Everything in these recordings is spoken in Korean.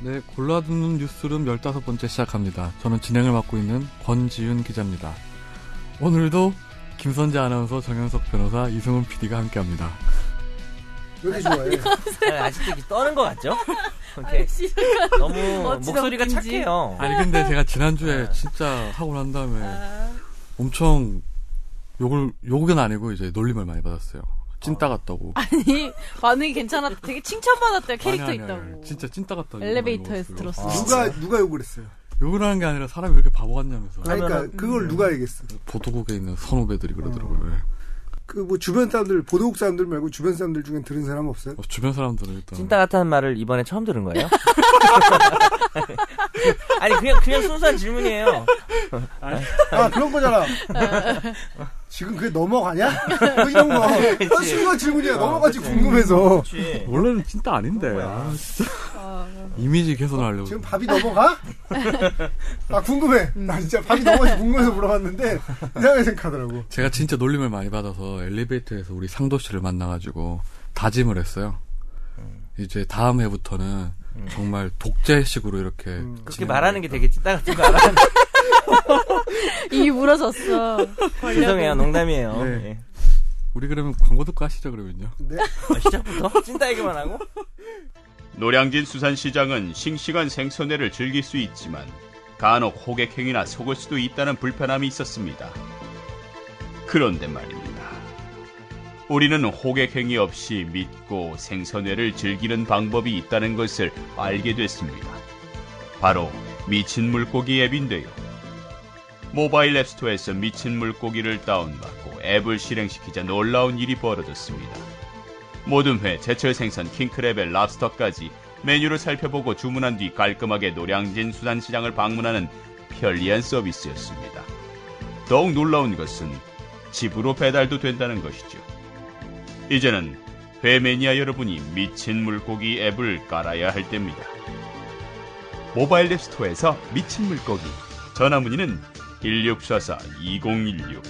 네, 골라듣는 뉴스룸 15번째 시작합니다. 저는 진행을 맡고 있는 권지윤 기자입니다. 오늘도 김선재 아나운서, 정현석 변호사, 이승훈 PD가 함께합니다. 왜 이렇게 좋아해? 아, 아직도 이렇게 떠는 것 같죠? 이렇게 아이씨. 너무 어찌나 목소리가 웃긴지. 착해요. 아니 근데 제가 지난주에 네. 아. 진짜 하고 난 다음에 엄청 욕을 욕은 아니고 이제 놀림을 많이 받았어요. 찐따 같다고. 아. 아니 반응이 괜찮았다. 되게 칭찬받았대요. 캐릭터 아니, 아니, 아니, 있다고. 아니. 진짜 찐따 같다고. 욕을 많이 엘리베이터에서 들었어. 먹었어요. 아. 누가 누가 욕을 했어요? 욕을 하는 게 아니라 사람이 왜 이렇게 바보 같냐면서. 그러니까 그러면은- 그걸 누가 얘기했어? 보도국에 있는 선후배들이 음. 그러더라고요. 예. 그 뭐 주변 사람들 보도국 사람들 말고 주변 사람들 중엔 들은 사람 없어요? 어, 주변 사람들은 일단 찐따 같다는 말을 이번에 처음 들은 거예요? 아니 그냥 그냥 순수한 질문이에요. 아 그런 거잖아. 지금 그게 넘어가냐? 뭐 이런 거. 아, 쉬운 질문이야. 넘어가지 궁금해서. 그렇지. 원래는 찐따 아닌데. 아, 진짜. 이미지 개선하려고. 지금 밥이 넘어가? 아 궁금해. 나 진짜 밥이 넘어가지 궁금해서 물어봤는데 이상하게 생각하더라고. 제가 진짜 놀림을 많이 받아서 엘리베이터에서 우리 상도 씨를 만나가지고 다짐을 했어요. 이제 다음 해부터는 정말 독재식으로 이렇게 음. 그렇게 진행을 말하는 게 하겠다. 되게 찐따 같은 거 알아. 이 물어졌어. 죄송해요, 농담이에요. 네. 예. 우리 그러면 광고 듣고 하시죠 그러면요. 네. 아, 시작부터 찐따 얘기만 하고. 노량진 수산시장은 싱싱한 생선회를 즐길 수 있지만 간혹 호객행위나 속을 수도 있다는 불편함이 있었습니다. 그런데 말입니다. 우리는 호객행위 없이 믿고 생선회를 즐기는 방법이 있다는 것을 알게 됐습니다. 바로 미친 물고기 앱인데요. 모바일 앱스토어에서 미친 물고기를 다운받고 앱을 실행시키자 놀라운 일이 벌어졌습니다. 모든 회, 제철 생선, 킹크랩의 랍스터까지 메뉴를 살펴보고 주문한 뒤 깔끔하게 노량진 수산시장을 방문하는 편리한 서비스였습니다. 더욱 놀라운 것은 집으로 배달도 된다는 것이죠. 이제는 회 매니아 여러분이 미친 물고기 앱을 깔아야 할 때입니다. 모바일 앱 스토어에서 미친 물고기 전화 문의는 1644-2016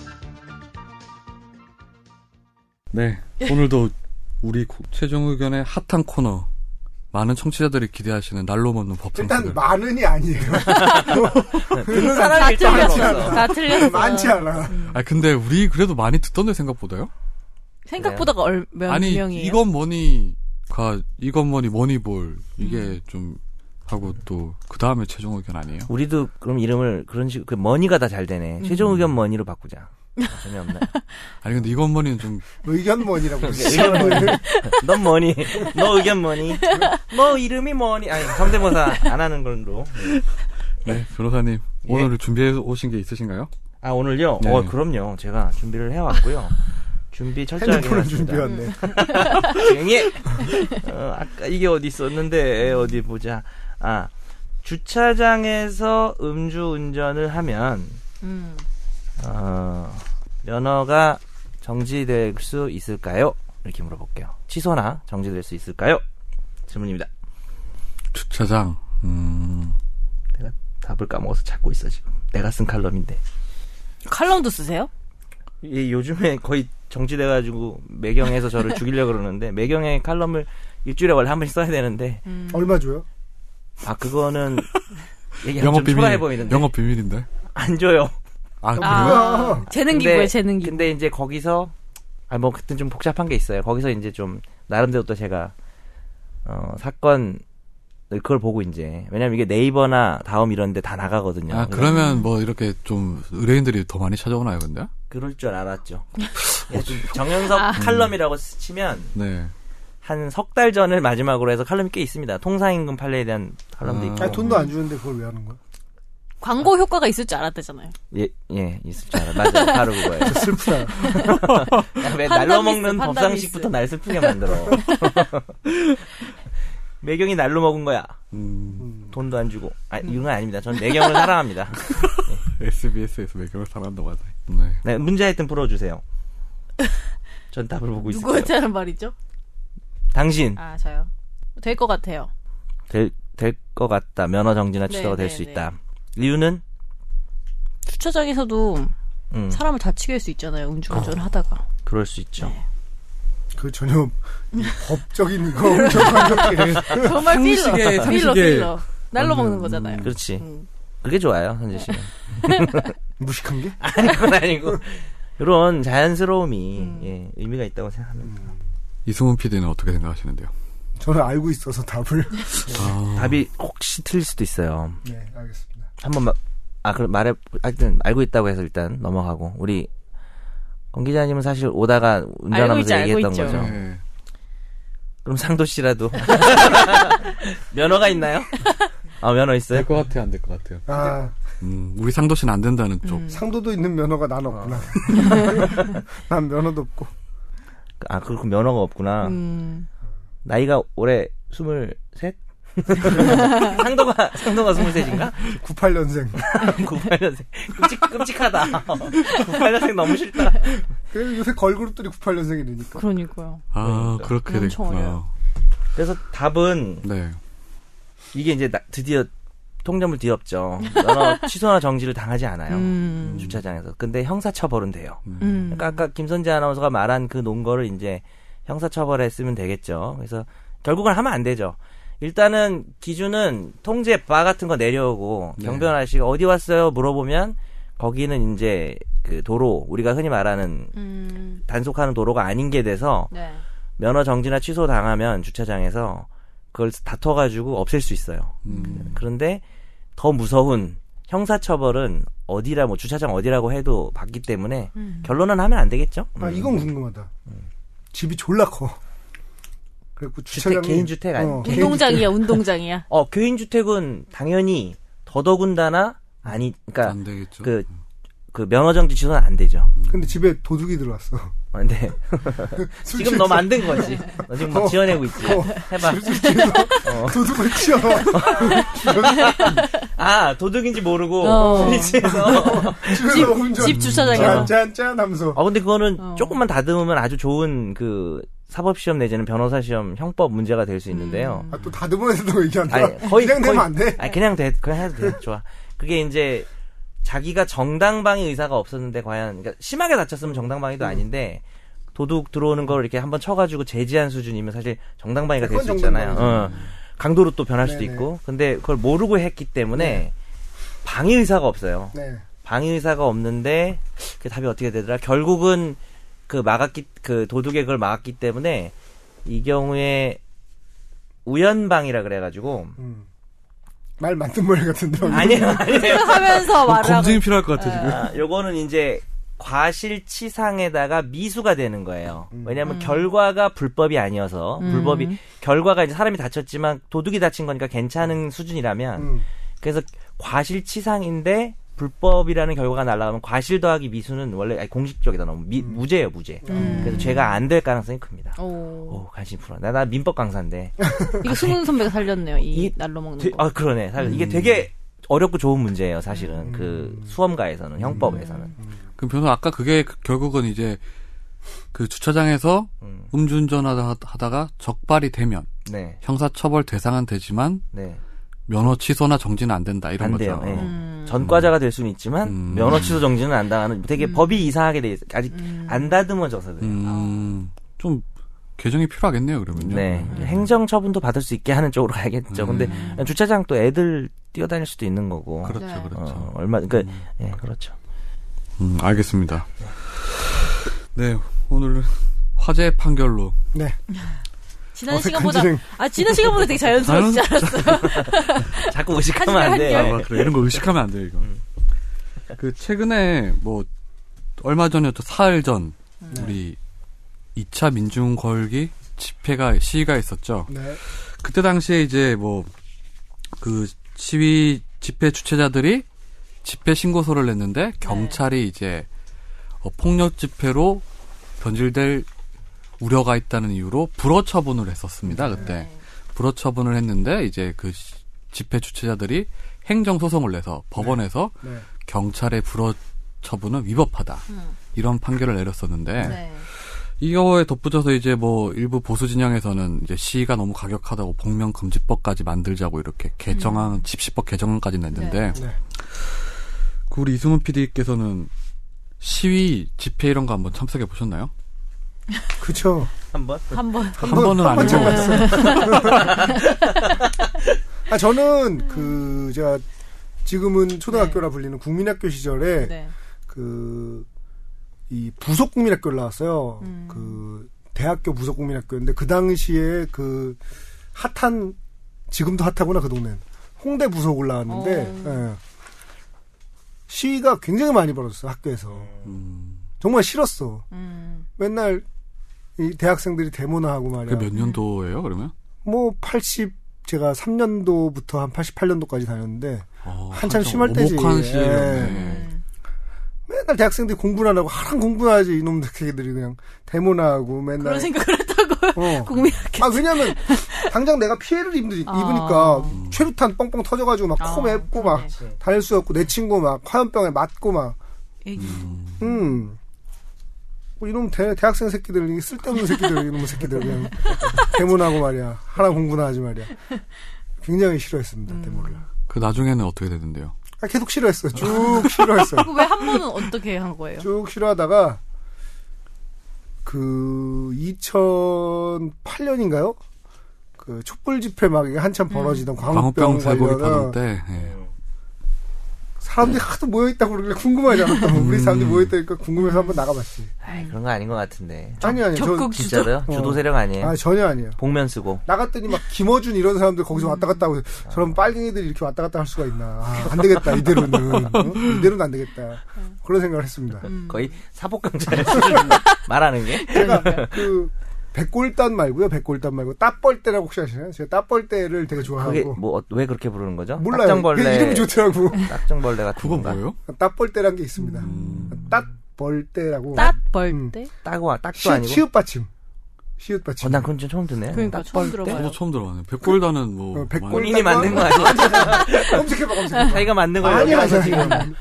네. 오늘도 우리 고- 최종 의견의 핫한 코너. 많은 청취자들이 기대하시는 날로 먹는 법상. 일단 많은이 아니에요. 그런 사람 사람이 일단 틀렸어. 없어. 다 틀렸어. 많지 않아. 아 근데 우리 그래도 많이 듣던데 생각보다요. 생각보다가 얼몇 아니 명이에요? 이건 뭐니가 이건 뭐니 머니볼 이게 음. 좀 하고 또 그 다음에 최종 의견 아니에요? 우리도 그럼 이름을 그런 식으로 그 머니가 다 잘 되네. 최종 의견 머니로 바꾸자. 전혀 없나? 아니 근데 이건 뭐니는 좀 의견 뭐니라고. 의견 넌 뭐니? 너 의견 뭐니? 너 이름이 뭐니? 아니 성대모사 안 하는 걸로. 네, 변호사님 예. 오늘 준비해 오신 게 있으신가요? 아 오늘요? 네. 어 그럼요. 제가 준비를 해왔고요. 준비 철저하게 핸드폰을 해왔습니다. 준비했네. 음. 조용히. 해. 어, 아까 이게 어디 있었는데 어디 보자. 아 주차장에서 음주 운전을 하면 음. 어, 면허가 정지될 수 있을까요? 이렇게 물어볼게요. 취소나 정지될 수 있을까요? 질문입니다. 주차장. 음. 내가 답을 까먹어서 찾고 있어 지금. 내가 쓴 칼럼인데. 칼럼도 쓰세요? 이 요즘에 거의 정지돼가지고 매경에서 저를 죽이려 그러는데 매경에 칼럼을 일주일에 원래 한 번씩 써야 되는데 얼마 줘요? 아 그거는 얘기하면 영업 좀 비밀. 초라해 보이는데 영업 비밀인데. 안 줘요. 아, 그래요? 아, 재능기구에 근데- 재능기구. 근데 이제 거기서 아 뭐 그때 좀 복잡한 게 있어요. 거기서 이제 좀 나름대로 또 제가 어 사건 그걸 보고 이제 왜냐면 이게 네이버나 다음 이런데 다 나가거든요. 아, 음. 그러면 뭐 이렇게 좀 의뢰인들이 더 많이 찾아오나요, 근데? 그럴 줄 알았죠. 어, 예, 좀 정현석 아. 칼럼이라고 치면 네. 한 석 달 전을 마지막으로 해서 칼럼이 꽤 있습니다. 통상임금 판례에 대한 칼럼도 아. 있고. 아니, 돈도 안 주는데 그걸 왜 하는 거야? 광고 효과가 있을 줄 알았다잖아요. 예, 예, 있을 줄 알아. 맞아요. 바로 그거예요. 슬프다. 야, 왜 판단 날로 미스, 먹는 판단 법상식부터 미스. 날 슬프게 만들어. 매경이 날로 먹은 거야. 음, 돈도 안 주고. 아, 이건 아닙니다. 전 매경을 사랑합니다. SBS에서 매경을 사랑한다고 하네. 네. 네, 문제 하여튼 풀어주세요. 전 답을 보고 있어요. 누구한테는 말이죠? 당신 아 저요. 될 것 같아요. 될 것 같다. 면허 정지나 취소가 네, 될 네, 수 네. 있다. 이유는 주차장에서도 음, 사람을 다치게 할 수 있잖아요. 음주운전 하다가. 그럴 수 있죠. 네. 그 전혀 법적인 거 엄청 강력해. 정말 필러. 상식에, 필러 상식에. 필러. 날로 완전, 먹는 거잖아요. 그렇지. 음. 그게 좋아요, 선재 씨는. 무식한 게? 그건 아니고. 이런 자연스러움이 음. 예, 의미가 있다고 생각합니다. 이승훈 PD는 어떻게 생각하시는데요? 저는 알고 있어서 답을. 네. 아, 답이 혹시 틀릴 수도 있어요. 네, 알겠습니다. 한번 마, 아 그럼 말해 하여튼 알고 있다고 해서 일단 넘어가고 우리 권 기자님은 사실 오다가 알고 있죠, 운전하면서 알고 얘기했던 있죠. 거죠. 네. 그럼 상도 씨라도 면허가 있나요? 아 면허 있어요? 될것 같아요, 안 될 것 같아요. 아, 음, 우리 상도 씨는 안 된다는 쪽. 상도도 있는 면허가 난 없구나. 난 면허도 없고. 아 그렇고 면허가 없구나. 음. 나이가 올해 스물셋? 상도가 상도가 스물셋인가? 98년생. 98년생 끔찍 끔찍하다. 98년생 너무 싫다. 그래도 요새 걸그룹들이 98년생이니까. 그러니까요. 네. 아, 그렇게 엄청 됐구나. 어려요. 그래서 답은 네. 이게 이제 나- 드디어 통념을 뒤엎죠. 면허 취소나 정지를 당하지 않아요. 음. 주차장에서. 근데 형사처벌은 돼요. 음. 그러니까 아까 김선재 아나운서가 말한 그 논거를 이제 형사처벌에 쓰면 되겠죠. 그래서 결국은 하면 안 되죠. 일단은 기준은 통제 바 같은 거 내려오고 네. 경변 아저씨가 어디 왔어요 물어보면 거기는 이제 그 도로 우리가 흔히 말하는 음. 단속하는 도로가 아닌 게 돼서 네. 면허 정지나 취소 당하면 주차장에서 그걸 다퉈가지고 없앨 수 있어요. 음. 그런데 더 무서운 형사처벌은 어디라 뭐 주차장 어디라고 해도 받기 때문에 음. 결론은 하면 안 되겠죠? 아, 음. 이건 궁금하다. 집이 졸라 커. 그리고 어, 주차장 개인주택 아니- 운동장이야, 운동장이야. 어 교인 주택은 당연히 더더군다나 아니 그러니까 안 되겠죠. 그 그 면허 정지 취소는 안 되죠. 근데 집에 도둑이 들어왔어. 근데 술 지금 너 취해서- 만든 거지. 너 지금 막 어. 지어내고 있지. 어. 해봐. 술 취해서 도둑을 치어. 아 도둑인지 모르고 어. 스위치에서. 집에서 운전. 집 주차장에서. 짠짠짠 하면서. 아 근데 그거는 어. 조금만 다듬으면 아주 좋은 그 사법 시험 내지는 변호사 시험 형법 문제가 될 수 있는데요. 아, 또 다듬어내서 얘기한다. 아니, 거의- 그냥 되면 거의- 안 돼. 아니 그냥 돼 그냥 해도 돼 좋아 그게 이제 자기가 정당방위 의사가 없었는데 과연 그러니까 심하게 다쳤으면 정당방위도 음. 아닌데 도둑 들어오는 걸 이렇게 한번 쳐가지고 제지한 수준이면 사실 정당방위가 될 수 그건 있잖아요 어. 정당방위죠. 강도로 또 변할 수도 네네. 있고 근데 그걸 모르고 했기 때문에 방위 의사가 없어요 네. 방위 의사가 없는데 그 답이 어떻게 되더라? 결국은 그 막았기 그 도둑의 그걸 막았기 때문에 이 경우에 우연방이라 그래가지고 음. 말 맞는 머리 같은데. 아니에요 아니에요 하면서 뭐 말을 하고. 검증이 필요할 것 같아, 지금. 아, 요거는 이제 과실치상에다가 미수가 되는 거예요. 왜냐하면 결과가 불법이 아니어서 음. 불법이 결과가 이제 사람이 다쳤지만 도둑이 다친 거니까 괜찮은 아, 수준이라면 음. 그래서 과실치상인데 불법이라는 결과가 날라가면 과실 더하기 미수는 원래 아니, 공식적이다 너무 미- 무죄예요 무죄. 음. 어. 그래서 죄가 안 될 가능성이 큽니다. 오. 오 관심 풀어. 나, 나 민법 강사인데. 아, 이거 승훈 선배가 살렸네요. 이, 이- 날로 먹는 되- 거. 아 그러네. 사실 음. 이게 되게 어렵고 좋은 문제예요 사실은 그 수험가에서는 형법에서는. 음. 그럼 변호 아까 그게 그- 결국은 이제 그 주차장에서 음. 음주운전 하다- 하다가 적발이 되면 네. 형사처벌 대상은 되지만 네. 면허 취소나 정지는 안 된다 이런 안 거죠. 돼요. 예. 음. 전과자가 될 수는 있지만 음. 면허 취소 정지는 안 당하는 되게 음. 법이 이상하게 돼 있어요. 아직 안 다듬어져서 그래요. 음, 아. 좀 개정이 필요하겠네요. 그러면요. 네. 음. 행정 처분도 받을 수 있게 하는 쪽으로 가야겠죠. 음. 근데 주차장 또 애들 뛰어다닐 수도 있는 거고. 그렇죠, 네. 그렇죠. 어, 얼마 그러니까 예, 그렇죠. 음, 알겠습니다. 네, 오늘 화재 판결로 네. 지난 어색한 시간보다 진행. 아 지난 시간보다 되게 자연스러웠지 않았어요? 자꾸 의식하면 안 한결, 아, 돼요. 막 그래. 이런 거 의식하면 안 돼요. 이거. 그 최근에 뭐 얼마 전이었죠. 사흘 전 우리 2차 민중 걸기 집회가 시위가 있었죠. 네. 그때 당시에 이제 뭐 그 시위 집회 주최자들이 집회 신고서를 냈는데 경찰이 이제 어, 폭력 집회로 변질될 우려가 있다는 이유로 불허 처분을 했었습니다. 그때 불허 처분을 했는데 이제 그 시- 집회 주최자들이 행정 소송을 내서 법원에서 네. 경찰의 불허 처분은 위법하다 음. 이런 판결을 내렸었는데 네. 이거에 덧붙여서 이제 뭐 일부 보수 진영에서는 이제 시위가 너무 가격하다고 복면 금지법까지 만들자고 이렇게 개정안 집시법 개정안까지 냈는데 음. 네. 네. 그 우리 이승훈 PD께서는 시위 집회 이런 거 한번 참석해 보셨나요? 그쵸. 한번 한번 한 번은 한번 아니고 참가했어. 아, 저는 음. 그 제가 지금은 초등학교라 불리는 국민학교 시절에 네. 그, 이 부속 국민학교를 나왔어요. 음. 그, 대학교 부속 국민학교인데, 그 당시에 그, 핫한, 지금도 핫하구나, 그 동네는. 홍대 부속을 나왔는데, 어. 예. 시위가 굉장히 많이 벌어졌어, 학교에서. 음, 정말 싫었어. 음. 맨날, 이 대학생들이 데모나 하고 말이야. 그몇 년도예요 그러면? 뭐, 80, 제가 3년도부터 한 88년도까지 다녔는데, 어, 한참 한참 심할 때지. 오목한 예. 시기였네. 음. 맨날 대학생들이 공부나 하고, 하랑 공부나 하지, 이놈 새끼들이 그냥. 데모나 하고, 맨날. 그런 생각을 했다고요? 어. 국민학교. 아 왜냐면 당장 내가 피해를 입으니, 아. 입으니까 최루탄 뻥뻥 터져가지고 막 코 아, 맵고 막 그러네. 다닐 수 없고 내 친구 막 화염병에 맞고 막 에이, 음. 뭐 이놈 대, 대학생 새끼들 이 쓸데없는 새끼들 이놈 새끼들 그냥 대문하고 말이야 하나 공부나 하지 말이야 굉장히 싫어했습니다 음. 대문을 그 나중에는 어떻게 되는데요? 아, 계속 싫어했어 쭉 싫어했어요 그거 왜 한 번은 어떻게 한 거예요? 쭉 싫어하다가 그 2008년인가요? 그 촛불 집회 막 이게 음. 한참 벌어지던 광우병 광우병 살고기 파는 관련 때. 예. 사람들이 하도 모여 있다고 그러길래 궁금하지 않았다. 우리 사람들이 모여 있다니까 궁금해서 한번 나가봤지. 아이, 그런 거 아닌 것 같은데. 아니 아니 저 음. 적극 주도. 네, 진짜로요? 주도 세력 아니에요? 아 전혀 아니에요. 복면 쓰고. 나갔더니 막 김어준 이런 사람들 거기서 왔다 갔다 하고 음. 저런 빨갱이들이 이렇게 왔다 갔다 할 수가 있나? 아, 안 되겠다 이대로는 어? 이대로는 안 되겠다 음. 그런 생각을 했습니다. 거의 사복강자예요. 말하는 게. 제가 네. 그 백골단 말고요 백골단 말고 따뻘대라고 혹시 아시나요? 제가 따뻘대를 되게 그게 좋아하고 뭐 왜 그렇게 부르는 거죠? 몰라요. 딱정벌레. 그냥 이름이 좋더라고. 딱정벌레 같은 그거 건가? 뭐예요? 따뻘대란 게 있습니다. 따뻘대라고. 땄벌 때? 따고 와, 딱도 시, 아니고. 읒 받침. 시읒 받침. 어, 난 그건 좀 처음 듣네. 그러니까 처음 들어봐요. 저도 처음 들어봤네요. 백골단은 뭐. 어, 백골- 많이- 본인이 만든 거 아니야? 검색해봐 검색해봐. 자기가 만든 거 아니 아니야? 아니 아니.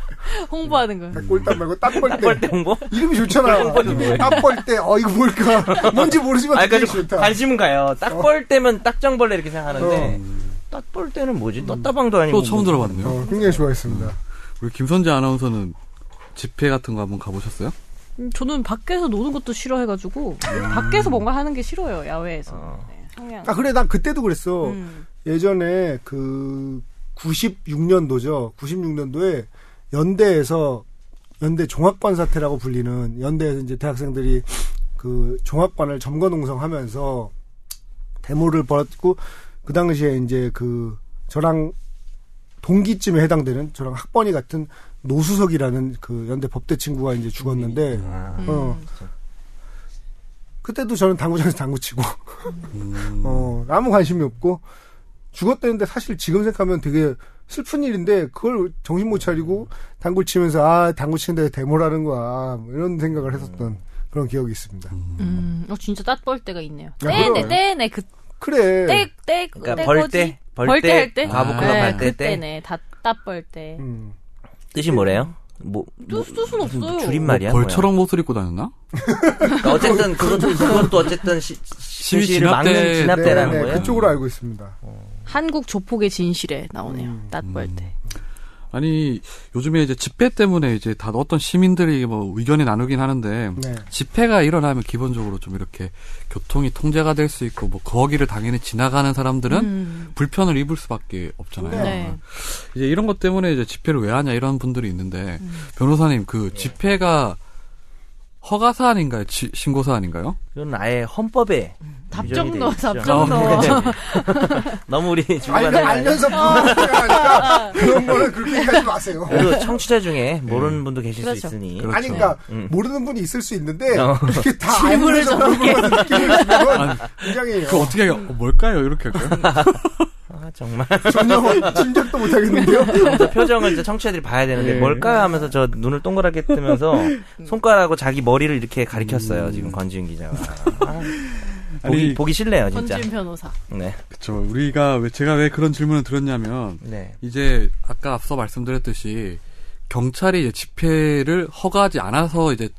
홍보하는 거예요. 백골단 말고 따뻘대. 딱벌레 네, 홍보? 이름이 좋잖아. 이름이 따뻘대. 어 이거 뭘까? 뭔지 모르지만 아, 되게 그러니까 좀 좋다. 관심은 가요. 딱벌 때면 딱정벌레 이렇게 생각하는데, 딱벌 때는 뭐지? 떴다방도 아니고. 또 처음 뭐. 들어봤네요. 어, 굉장히 좋아했습니다. 우리 김선재 아나운서는 집회 같은 거 한번 가보셨어요? 음, 저는 밖에서 노는 것도 싫어해가지고 밖에서 뭔가 하는 게 싫어요 야외에서 어. 네, 성향. 아 그래 난 그때도 그랬어. 음. 예전에 그 96년도죠. 96년도에 연대에서 연대 종합관 사태라고 불리는 연대에서 이제 대학생들이 그 종합관을 점거 농성하면서 데모를 벌였고 그 당시에 이제 그 저랑 동기쯤에 해당되는 저랑 학번이 같은 노수석이라는 그 연대 법대 친구가 이제 죽었는데 아, 어. 그때도 저는 당구장에서 당구 치고 어, 아무 관심이 없고 죽었다는데 사실 지금 생각하면 되게 슬픈 일인데 그걸 정신 못 차리고 당구 치면서 아 당구 치는데 데모라는 거야 뭐 이런 생각을 했었던 그런 기억이 있습니다. 음, 어, 진짜 땄벌 때가 있네요. 아, 야, 떼네, 그럼. 떼네, 그, 그래. 네. 떼, 떼, 그러니까 떼 벌 거지? 때, 벌 벌 때, 때 할 때? 과부끄럼 네, 할 때, 때. 그때네, 다 땄벌 때. 음. 뜻이 뭐래요? 뭐, 뭐 뜻- 뜻은 무슨 없어요. 줄임말이야? 뭐야? 벌처럼 옷을 입고 다녔나? 그러니까 어쨌든 그것도 그것도 어쨌든 시, 시, 시위 시위를 진압대- 막는 진압대라는 네, 네, 거예요. 음. 그쪽으로 알고 있습니다. 한국 조폭의 진실에 나오네요. 땄벌 때. 음. 아니 요즘에 이제 집회 때문에 이제 다 어떤 시민들이 뭐 의견이 나누긴 하는데 네. 집회가 일어나면 기본적으로 좀 이렇게 교통이 통제가 될 수 있고 뭐 거기를 당연히 지나가는 사람들은 음. 불편을 입을 수밖에 없잖아요. 네. 이제 이런 것 때문에 이제 집회를 왜 하냐 이런 분들이 있는데 음. 변호사님 그 집회가 허가 사안인가요? 지- 신고 사안인가요? 그건 아예 헌법에 답정 규정이 넣어, 돼 있죠. 네. 답정 넣어. 너무 우리 알, 주관하는 아, 어. 알면서 그렇죠. 불만하니까 그런 거는 그렇게 하지 마세요. 그래도 청취자 중에 모르는 분도 계실 그렇죠. 수 있으니 그렇죠. 아니 그러니까 음. 모르는 분이 있을 수 있는데 어. 이렇게 다 질문을 알면서 그런 거는 느낌을 주면 굉장히 그 어떻게 해요? 어, 뭘까요? 이렇게 할까요? 아, 정말 전혀 짐작도 못하겠는데요. 저 표정을 이제 청취자들이 봐야 되는데 뭘까 하면서 저 눈을 동그랗게 뜨면서 손가락으로 자기 머리를 이렇게 가리켰어요 지금 권지윤 기자가 아, 보기, 아니 뭐, 보기 싫네요 진짜 권지윤 변호사. 네. 그쵸 우리가 왜 제가 왜 그런 질문을 드렸냐면 네. 이제 아까 앞서 말씀드렸듯이 경찰이 이제 집회를 허가하지 않아서 이제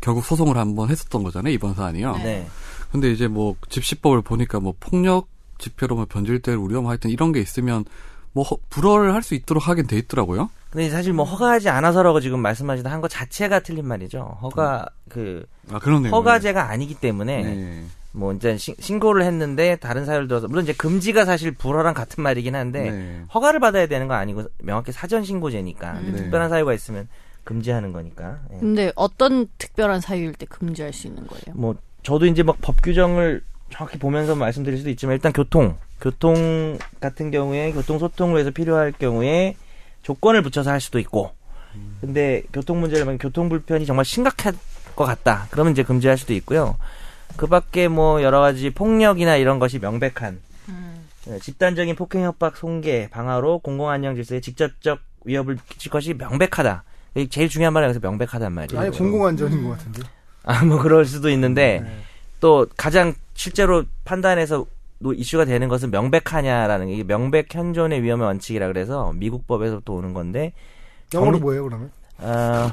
결국 소송을 한번 했었던 거잖아요 이번 사안이요. 네. 근데 이제 뭐 집시법을 보니까 뭐 폭력 집회로 뭐 변질될 우려 뭐 하여튼 이런 게 있으면 뭐 허- 불허를 할 수 있도록 하긴 돼 있더라고요. 근데 사실 뭐 허가하지 않아서라고 지금 말씀하시다 한 거 자체가 틀린 말이죠. 허가 그 아 네. 그러네요. 허가제가 아니기 때문에 네. 뭐 이제 신- 신고를 했는데 다른 사유를 들어서 물론 이제 금지가 사실 불허랑 같은 말이긴 한데 네. 허가를 받아야 되는 건 아니고 명확히 사전 신고제니까 근데 네. 특별한 사유가 있으면 금지하는 거니까. 예. 근데 어떤 특별한 사유일 때 금지할 수 있는 거예요? 뭐 저도 이제 막 법 규정을 정확히 보면서 말씀드릴 수도 있지만 일단 교통 교통 같은 경우에 교통 소통을 해서 필요할 경우에 조건을 붙여서 할 수도 있고 근데 교통 문제를 보면 교통 불편이 정말 심각할 것 같다 그러면 이제 금지할 수도 있고요 그밖에 뭐 여러 가지 폭력이나 이런 것이 명백한 예, 집단적인 폭행 협박 손괴 방화로 공공 안녕 질서에 직접적 위협을 끼칠 것이 명백하다 이게 제일 중요한 말은 여기서 명백하단 말이에요 아예 공공안전인 것 같은데. 아, 뭐 그럴 수도 있는데 또 가장 실제로 판단해서 노- 이슈가 되는 것은 명백하냐라는 게 이게 명백 현존의 위험의 원칙이라 그래서 미국 법에서 또 오는 건데 영어로 정리- 뭐예요 그러면? 어,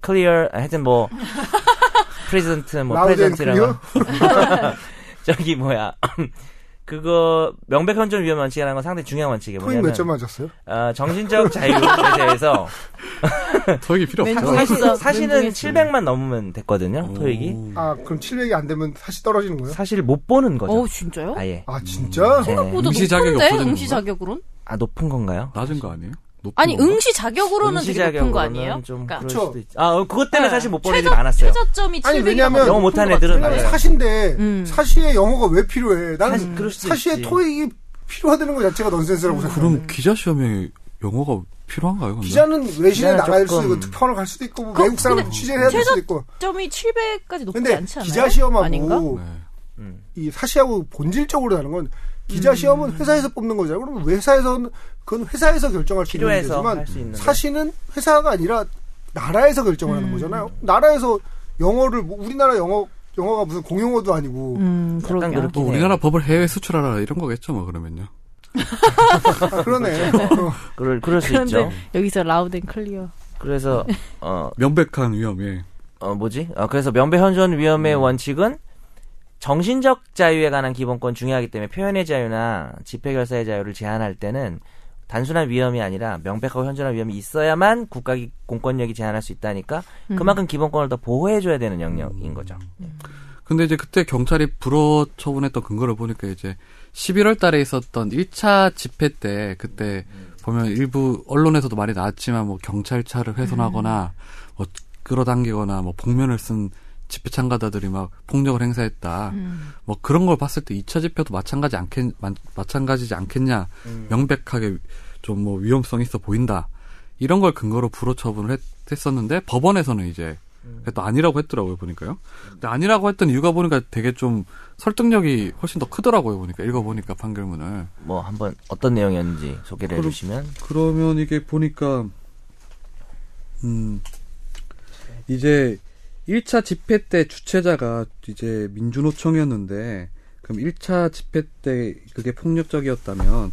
클리어 하여튼 뭐 프레젠트 뭐 라우드 앤 프레젠트라고 저기 뭐야 그거 명백 현존 위험 원칙이라는 건 상당히 중요한 원칙이에요. 토익 뭐냐면 몇 점 맞았어요? 어, 정신적 자유에 대해서 토익이 필요 없죠. 멘붕. 사실, 멘붕했어. 사실은 700만 넘으면 됐거든요. 토익이 오. 아 그럼 700이 안 되면 다시 떨어지는 거예요? 음. 사실 못 보는 거죠. 어 진짜요? 아예 아 진짜? 네. 생각보다 응시 자격이 높은데 없어지는 응시 건가요? 자격으론? 아 높은 건가요? 낮은 거 아니에요? 높은 아니 건가? 응시 자격으로는 되게 높은 거 아니에요? 좀 그러니까 그럴 그쵸. 수도 있지. 아, 어, 그것 때문에 네. 사실 못 보내지 최저- 않았어요. 최저점이 아니, 700이라고 왜냐면 영어 못하는 애들은 왜냐면 맞아요. 예. 사시인데 음. 사시의 영어가 왜 필요해? 사실 나는 그럴 수도 사시의 있지. 음, 토익이 필요하다는 것 자체가 넌센스라고 생각해요. 그럼 기자 시험에 영어가 필요한가요? 근데? 기자는 외신에 기자는 나갈 수도 조금- 있고 특파원을 갈 수도 있고 뭐 그- 외국 사람을 근데 취재를 해야 될 수도 최저- 있고 점이 700까지 높지 근데 않지 않아요? 기자 시험하고 아닌가? 네. 음. 이 사시하고 본질적으로 다른 건 음. 기자 시험은 회사에서 뽑는 거잖아요. 그럼 회사에서는 그건 회사에서 결정할 수 있는 필요해서 거지만 할 수 있는. 사시는 회사가 아니라 나라에서 결정을 음. 하는 거잖아요. 나라에서 영어를 뭐 우리나라 영어 영어가 무슨 공용어도 아니고 음 약간 그러게요. 그렇게 또 우리나라 법을 해외 수출하라 이런 거겠죠, 뭐 그러면요. 아, 그러네. 그렇죠. 어, 그럴 그럴 수 그런데 있죠. 여기서 라우드 앤 클리어. 그래서 어, 명백한 위험에. 어 뭐지? 어, 그래서 명배 현존 위험의 원칙은 정신적 자유에 관한 기본권 중요하기 때문에 표현의 자유나 집회 결사의 자유를 제한할 때는 단순한 위험이 아니라 명백하고 현존한 위험이 있어야만 국가 기- 공권력이 제한할 수 있다니까 음. 그만큼 기본권을 더 보호해줘야 되는 영역인 거죠. 근데 이제 그때 경찰이 불어 처분했던 근거를 보니까 이제 11월 달에 있었던 1차 집회 때 그때 보면 일부 언론에서도 많이 나왔지만 뭐 경찰차를 훼손하거나 뭐 끌어당기거나 뭐 복면을 쓴 집회 참가자들이 막 폭력을 행사했다. 뭐 그런 걸 봤을 때 2차 집회도 마찬가지 않겠 마, 마찬가지지 않겠냐. 명백하게 좀 뭐 위험성 이 있어 보인다. 이런 걸 근거로 불어 처분을 했, 했었는데 법원에서는 이제 또 아니라고 했더라고요 보니까요. 근데 아니라고 했던 이유가 보니까 되게 좀 설득력이 훨씬 더 크더라고요 보니까 읽어 보니까 판결문을. 뭐 한번 어떤 내용이었는지 소개를 그럼- 해주시면 그러면 이게 보니까 음 이제 1차 집회 때 주최자가 이제 민주노총이었는데 그럼 1차 집회 때 그게 폭력적이었다면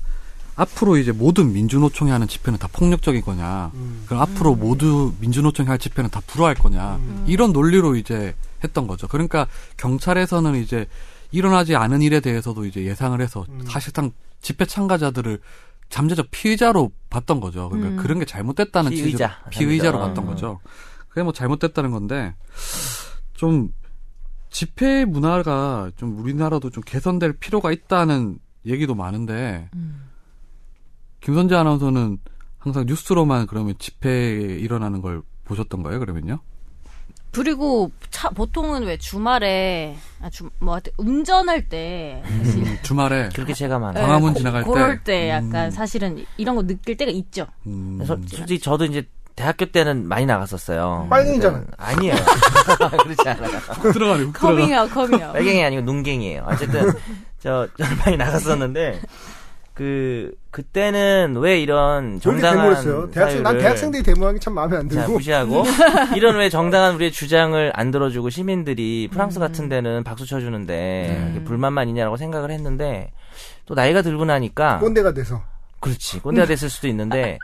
앞으로 이제 모든 민주노총이 하는 집회는 다 폭력적인 거냐? 음. 그럼 앞으로 모두 민주노총이 할 집회는 다 불허할 거냐? 이런 논리로 이제 했던 거죠. 그러니까 경찰에서는 이제 일어나지 않은 일에 대해서도 이제 예상을 해서 음. 사실상 집회 참가자들을 잠재적 피의자로 봤던 거죠. 그러니까 그런 게 잘못됐다는 피의자. 취지로 피의자로 잠재적. 봤던 음. 거죠. 그게 뭐 잘못됐다는 건데 좀 집회 문화가 좀 우리나라도 좀 개선될 필요가 있다는 얘기도 많은데 김선재 아나운서는 항상 뉴스로만 그러면 집회 일어나는 걸 보셨던 거예요? 그러면요? 그리고 차, 보통은 왜 주말에 아, 주, 뭐 하여튼 운전할 때 사실 음, 주말에 그렇게 체감 안 해요. 광화문 예, 지나갈 때. 그럴 때 약간 음. 사실은 이런 거 느낄 때가 있죠. 음, 그래서 솔직히 저도 이제 대학교 때는 많이 나갔었어요. 빨갱이잖아. 그때는- 아니에요. 그렇지 않아요. 들어가네. 훅 들어가. 커밍아웃 커밍아웃. 빨갱이 아니고 눈갱이에요. 어쨌든 저 저는 많이 나갔었는데 그 그때는 왜 이런 저렇게 정당한 데모했어요. 대학생 난 사유를 대학생들이 데모하는 게 참 마음에 안 자, 들고 무시하고 이런 왜 정당한 우리의 주장을 안 들어주고 시민들이 프랑스 음. 같은 데는 박수 쳐주는데 네. 이게 불만만 있냐라고 생각을 했는데 또 나이가 들고 나니까 꼰대가 돼서 그렇지. 꼰대가 됐을 수도 있는데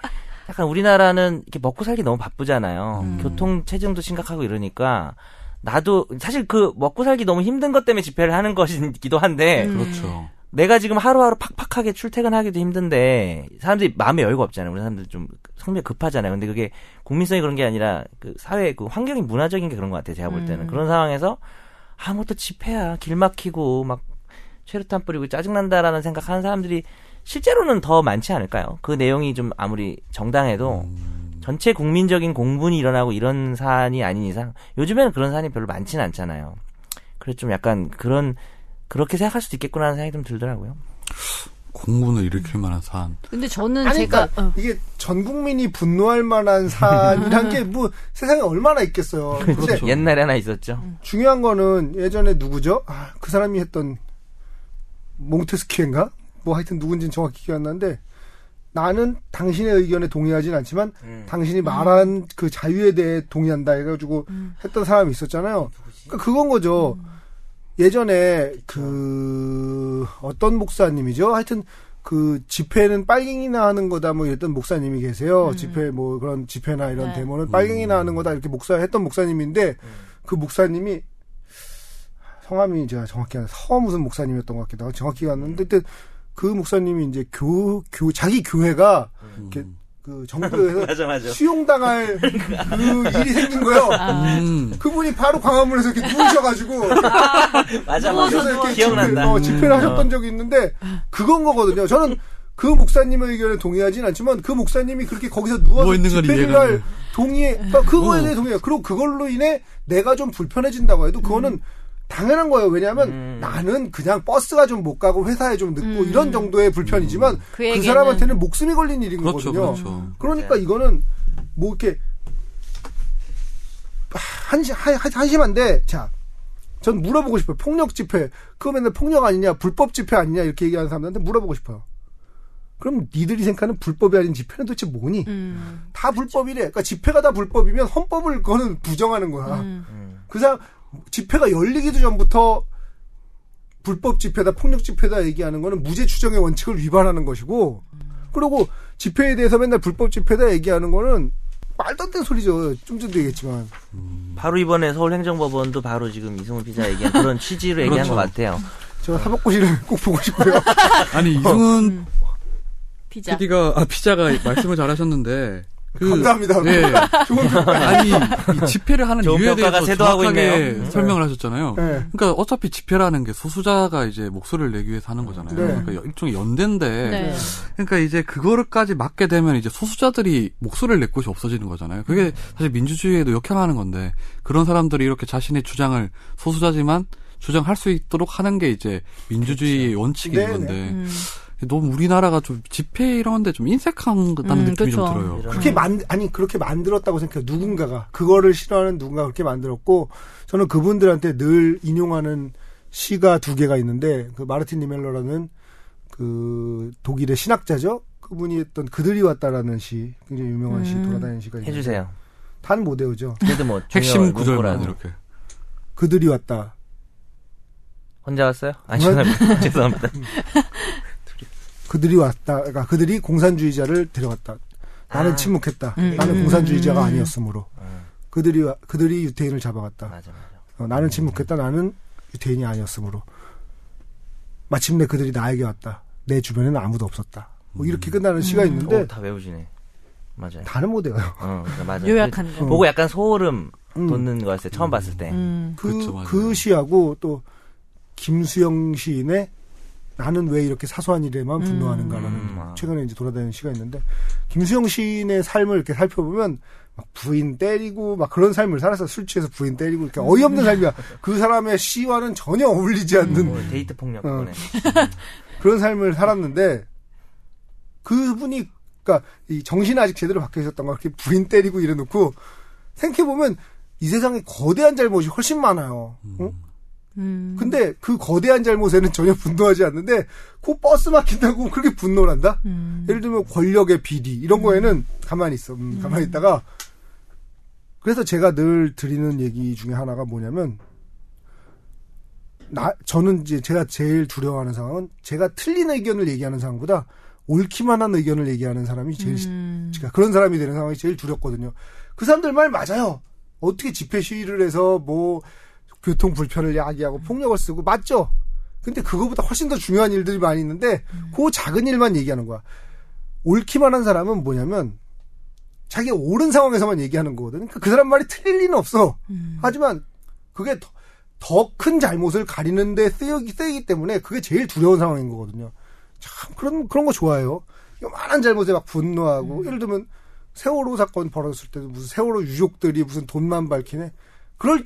약간 우리나라는 이렇게 먹고 살기 너무 바쁘잖아요. 교통 체증도 심각하고 이러니까 나도 사실 그 먹고 살기 너무 힘든 것 때문에 집회를 하는 것이기도 한데 그렇죠. 내가 지금 하루하루 팍팍하게 출퇴근하기도 힘든데 사람들이 마음에 여유가 없잖아요. 우리 사람들 좀 성격 급하잖아요. 근데 그게 국민성이 그런 게 아니라 그 사회 그 환경이 문화적인 게 그런 것 같아요. 제가 볼 때는 그런 상황에서 아무것도 집회야 길 막히고 막 최루탄 뿌리고 짜증난다라는 생각하는 사람들이 실제로는 더 많지 않을까요? 그 내용이 좀 아무리 정당해도 전체 국민적인 공분이 일어나고 이런 사안이 아닌 이상 요즘에는 그런 사안이 별로 많지는 않잖아요. 그래서 좀 약간 그런 그렇게 생각할 수도 있겠구나 하는 생각이 좀 들더라고요. 공분을 일으킬 만한 사안. 근데 저는 아니, 제가 어. 그러니까 이게 전 국민이 분노할 만한 사안이란 게 뭐 세상에 얼마나 있겠어요. 근데 옛날에 하나 있었죠. 중요한 거는 예전에 누구죠? 아, 그 사람이 했던 몽테스키엔가? 뭐 하여튼 누군지는 정확히 기억 안 나는데 나는 당신의 의견에 동의하진 않지만 당신이 말한 그 자유에 대해 동의한다 해가지고 했던 사람이 있었잖아요. 그러니까 그건 거죠. 예전에 그 어떤 목사님이죠? 하여튼 그 집회는 빨갱이나 하는 거다 뭐 이랬던 목사님이 계세요. 집회 뭐 그런 집회나 이런 네. 데모는 빨갱이나 하는 거다 이렇게 목사 했던 목사님인데 그 목사님이 성함이 제가 정확히 안 서원 무슨 목사님이었던 것 같기도 하고 정확히 갔는데 그 목사님이 이제 교, 교, 자기 교회가 이렇게 그 정부에서 맞아 맞아. 수용당할 그 일이 생긴 거예요. 음. 그분이 바로 광화문에서 이렇게 누우셔가지고 맞아 누워서 어. 맞아. 이렇게 집회를, 기억난다. 음. 어, 집회를 하셨던 적이 있는데 그건 거거든요. 저는 그 목사님의 의견에 동의하진 않지만 그 목사님이 그렇게 거기서 누워서 누워있는 걸 집회를 이해가 안 할 돼. 동의에 그러니까 그거에 어. 대해 동의해요. 그리고 그걸로 인해 내가 좀 불편해진다고 해도 그거는 당연한 거예요. 왜냐하면 음. 나는 그냥 버스가 좀 못 가고 회사에 좀 늦고 이런 정도의 불편이지만 음. 그, 얘기는- 사람한테는 목숨이 걸린 일인 그렇죠, 거거든요. 그렇죠. 그러니까 이거는 뭐 이렇게 한시 한, 한- 한심한데 자전 물어보고 싶어요 폭력 집회 그거 맨날 폭력 아니냐 불법 집회 아니냐 이렇게 얘기하는 사람들한테 물어보고 싶어요 그럼 니들이 생각하는 불법이 아닌 집회는 도대체 뭐니 음, 다 불법이래 그러니까 집회가 다 불법이면 헌법을 그거는 부정하는 거야 음. 그 사람 집회가 열리기도 전부터 불법 집회다 폭력 집회다 얘기하는 거는 무죄 추정의 원칙을 위반하는 것이고 그리고 집회에 대해서 맨날 불법 집회다 얘기하는 거는 말도 안 되는 소리죠 좀 전도 얘기했지만 바로 이번에 서울행정법원도 바로 지금 이승훈 피자 얘기한 그런 취지로 얘기한 것 같아요. 저 사법고시를 꼭 보고 싶고요 아니 이승훈 피자. PD가 아 피자가 말씀을 잘하셨는데 그, 감사합니다 예. 좋은 평가 아니 이 집회를 하는 좋은 이유에 평가가 대해서 쇄도하고 정확하게 있네요. 설명을 하셨잖아요. 네. 그러니까 어차피 집회라는 게 소수자가 이제 목소리를 내기 위해서 하는 거잖아요. 네. 그러니까 일종의 연대인데 네. 그러니까 이제 그거를까지 막게 되면 이제 소수자들이 목소리를 낼 곳이 없어지는 거잖아요. 그게 사실 민주주의에도 역행하는 건데 그런 사람들이 이렇게 자신의 주장을 소수자지만 주장할 수 있도록 하는 게 이제 민주주의의 그렇죠. 원칙인 네네. 건데 음. 너무 우리나라가 좀 집회 이런데 좀 인색한 다는 음, 느낌이 좀 그쵸. 들어요. 그렇게 만 아니 그렇게 만들었다고 생각해요 누군가가 그거를 싫어하는 누군가 그렇게 만들었고 저는 그분들한테 늘 인용하는 시가 두 개가 있는데 그 마르틴 니멜러라는 그 독일의 신학자죠 그분이 했던 그들이 왔다라는 시 굉장히 유명한 시 음. 돌아다니는 시가 있는데 해주세요. 단못 외우죠 그래도 뭐 핵심 중요한 구절만 문구라도. 이렇게. 그들이 왔다 혼자 왔어요? 아 정말? 죄송합니다. 죄송합니다. 그들이 왔다 그러니까 그들이 공산주의자를 데려왔다 나는 아. 침묵했다 음. 나는 음. 공산주의자가 음. 아니었으므로 음. 그들이 와- 그들이 유태인을 잡아갔다 맞아 맞아. 어, 나는 침묵했다. 나는 유태인이 아니었으므로. 마침내 그들이 나에게 왔다. 내 주변에는 아무도 없었다. 뭐 이렇게 끝나는 시가 있는데 오, 어, 다 외우시네. 맞아요. 어, 다른 모델가요. 어, 그러니까 맞아요. 요약한 거. 그- 보고 약간 소름 음. 돋는 거였어요. 처음 봤을 때. 음. 그, 그쵸, 맞아요. 그 시하고 또 김수영 시인의 나는 왜 이렇게 사소한 일에만 분노하는가라는 음, 아. 최근에 이제 돌아다니는 시가 있는데 김수영 시인의 삶을 이렇게 살펴보면 막 부인 때리고 막 그런 삶을 살아서 술 취해서 부인 때리고 이렇게 어이없는 삶이야. 그 사람의 시와는 전혀 어울리지 않는 뭐 데이트 폭력 어. 거네. 그런 삶을 살았는데 그분이 그러니까 이 정신 아직 제대로 박혀 있었던 거 그렇게 부인 때리고 이래 놓고 생각해 보면 이 세상에 거대한 잘못이 훨씬 많아요. 응? 음. 근데 그 거대한 잘못에는 전혀 분노하지 않는데 그 버스 막힌다고 그렇게 분노를 한다? 음. 예를 들면 권력의 비리 이런 거에는 가만히 있어. 음, 가만히 있다가 그래서 제가 늘 드리는 얘기 중에 하나가 뭐냐면 나 저는 이제 제가 제일 두려워하는 상황은 제가 틀린 의견을 얘기하는 상황보다 옳기만 한 의견을 얘기하는 사람이 제일 음. 제가 그런 사람이 되는 상황이 제일 두렵거든요. 그 사람들 말 맞아요. 어떻게 집회 시위를 해서 뭐 교통 불편을 야기하고 폭력을 쓰고 맞죠. 근데 그거보다 훨씬 더 중요한 일들이 많이 있는데 그 작은 일만 얘기하는 거야. 옳기만 한 사람은 뭐냐면 자기 그 옳은 상황에서만 얘기하는 거거든. 그러니까 그 사람 말이 틀릴 리는 없어. 하지만 그게 더- 더 큰 잘못을 가리는데 쓰이기, 쓰이기 때문에 그게 제일 두려운 상황인 거거든요. 참 그런 그런 거 좋아해요. 요만한 잘못에 막 분노하고 예를 들면 세월호 사건 벌어졌을 때도 무슨 세월호 유족들이 무슨 돈만 밝히네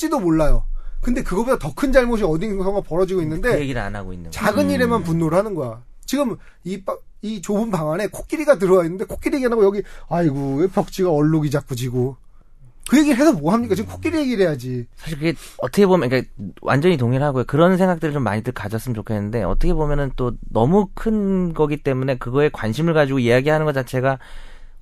그럴지도 몰라요. 근데 그거보다 더 큰 잘못이 어딘가가 벌어지고 있는데 그 얘기를 안 하고 있는 거야. 작은 일에만 분노를 하는 거야. 지금 이, 빠- 이 좁은 방 안에 코끼리가 들어와 있는데 코끼리 얘기 안 하고 여기 아이고 왜 벽지가 얼룩이 자꾸 지고 그 얘기를 해서 뭐 합니까? 지금 코끼리 얘기를 해야지. 사실 그게 어떻게 보면 그러니까 완전히 동일하고요. 그런 생각들을 좀 많이들 가졌으면 좋겠는데 어떻게 보면은 또 너무 큰 거기 때문에 그거에 관심을 가지고 이야기하는 것 자체가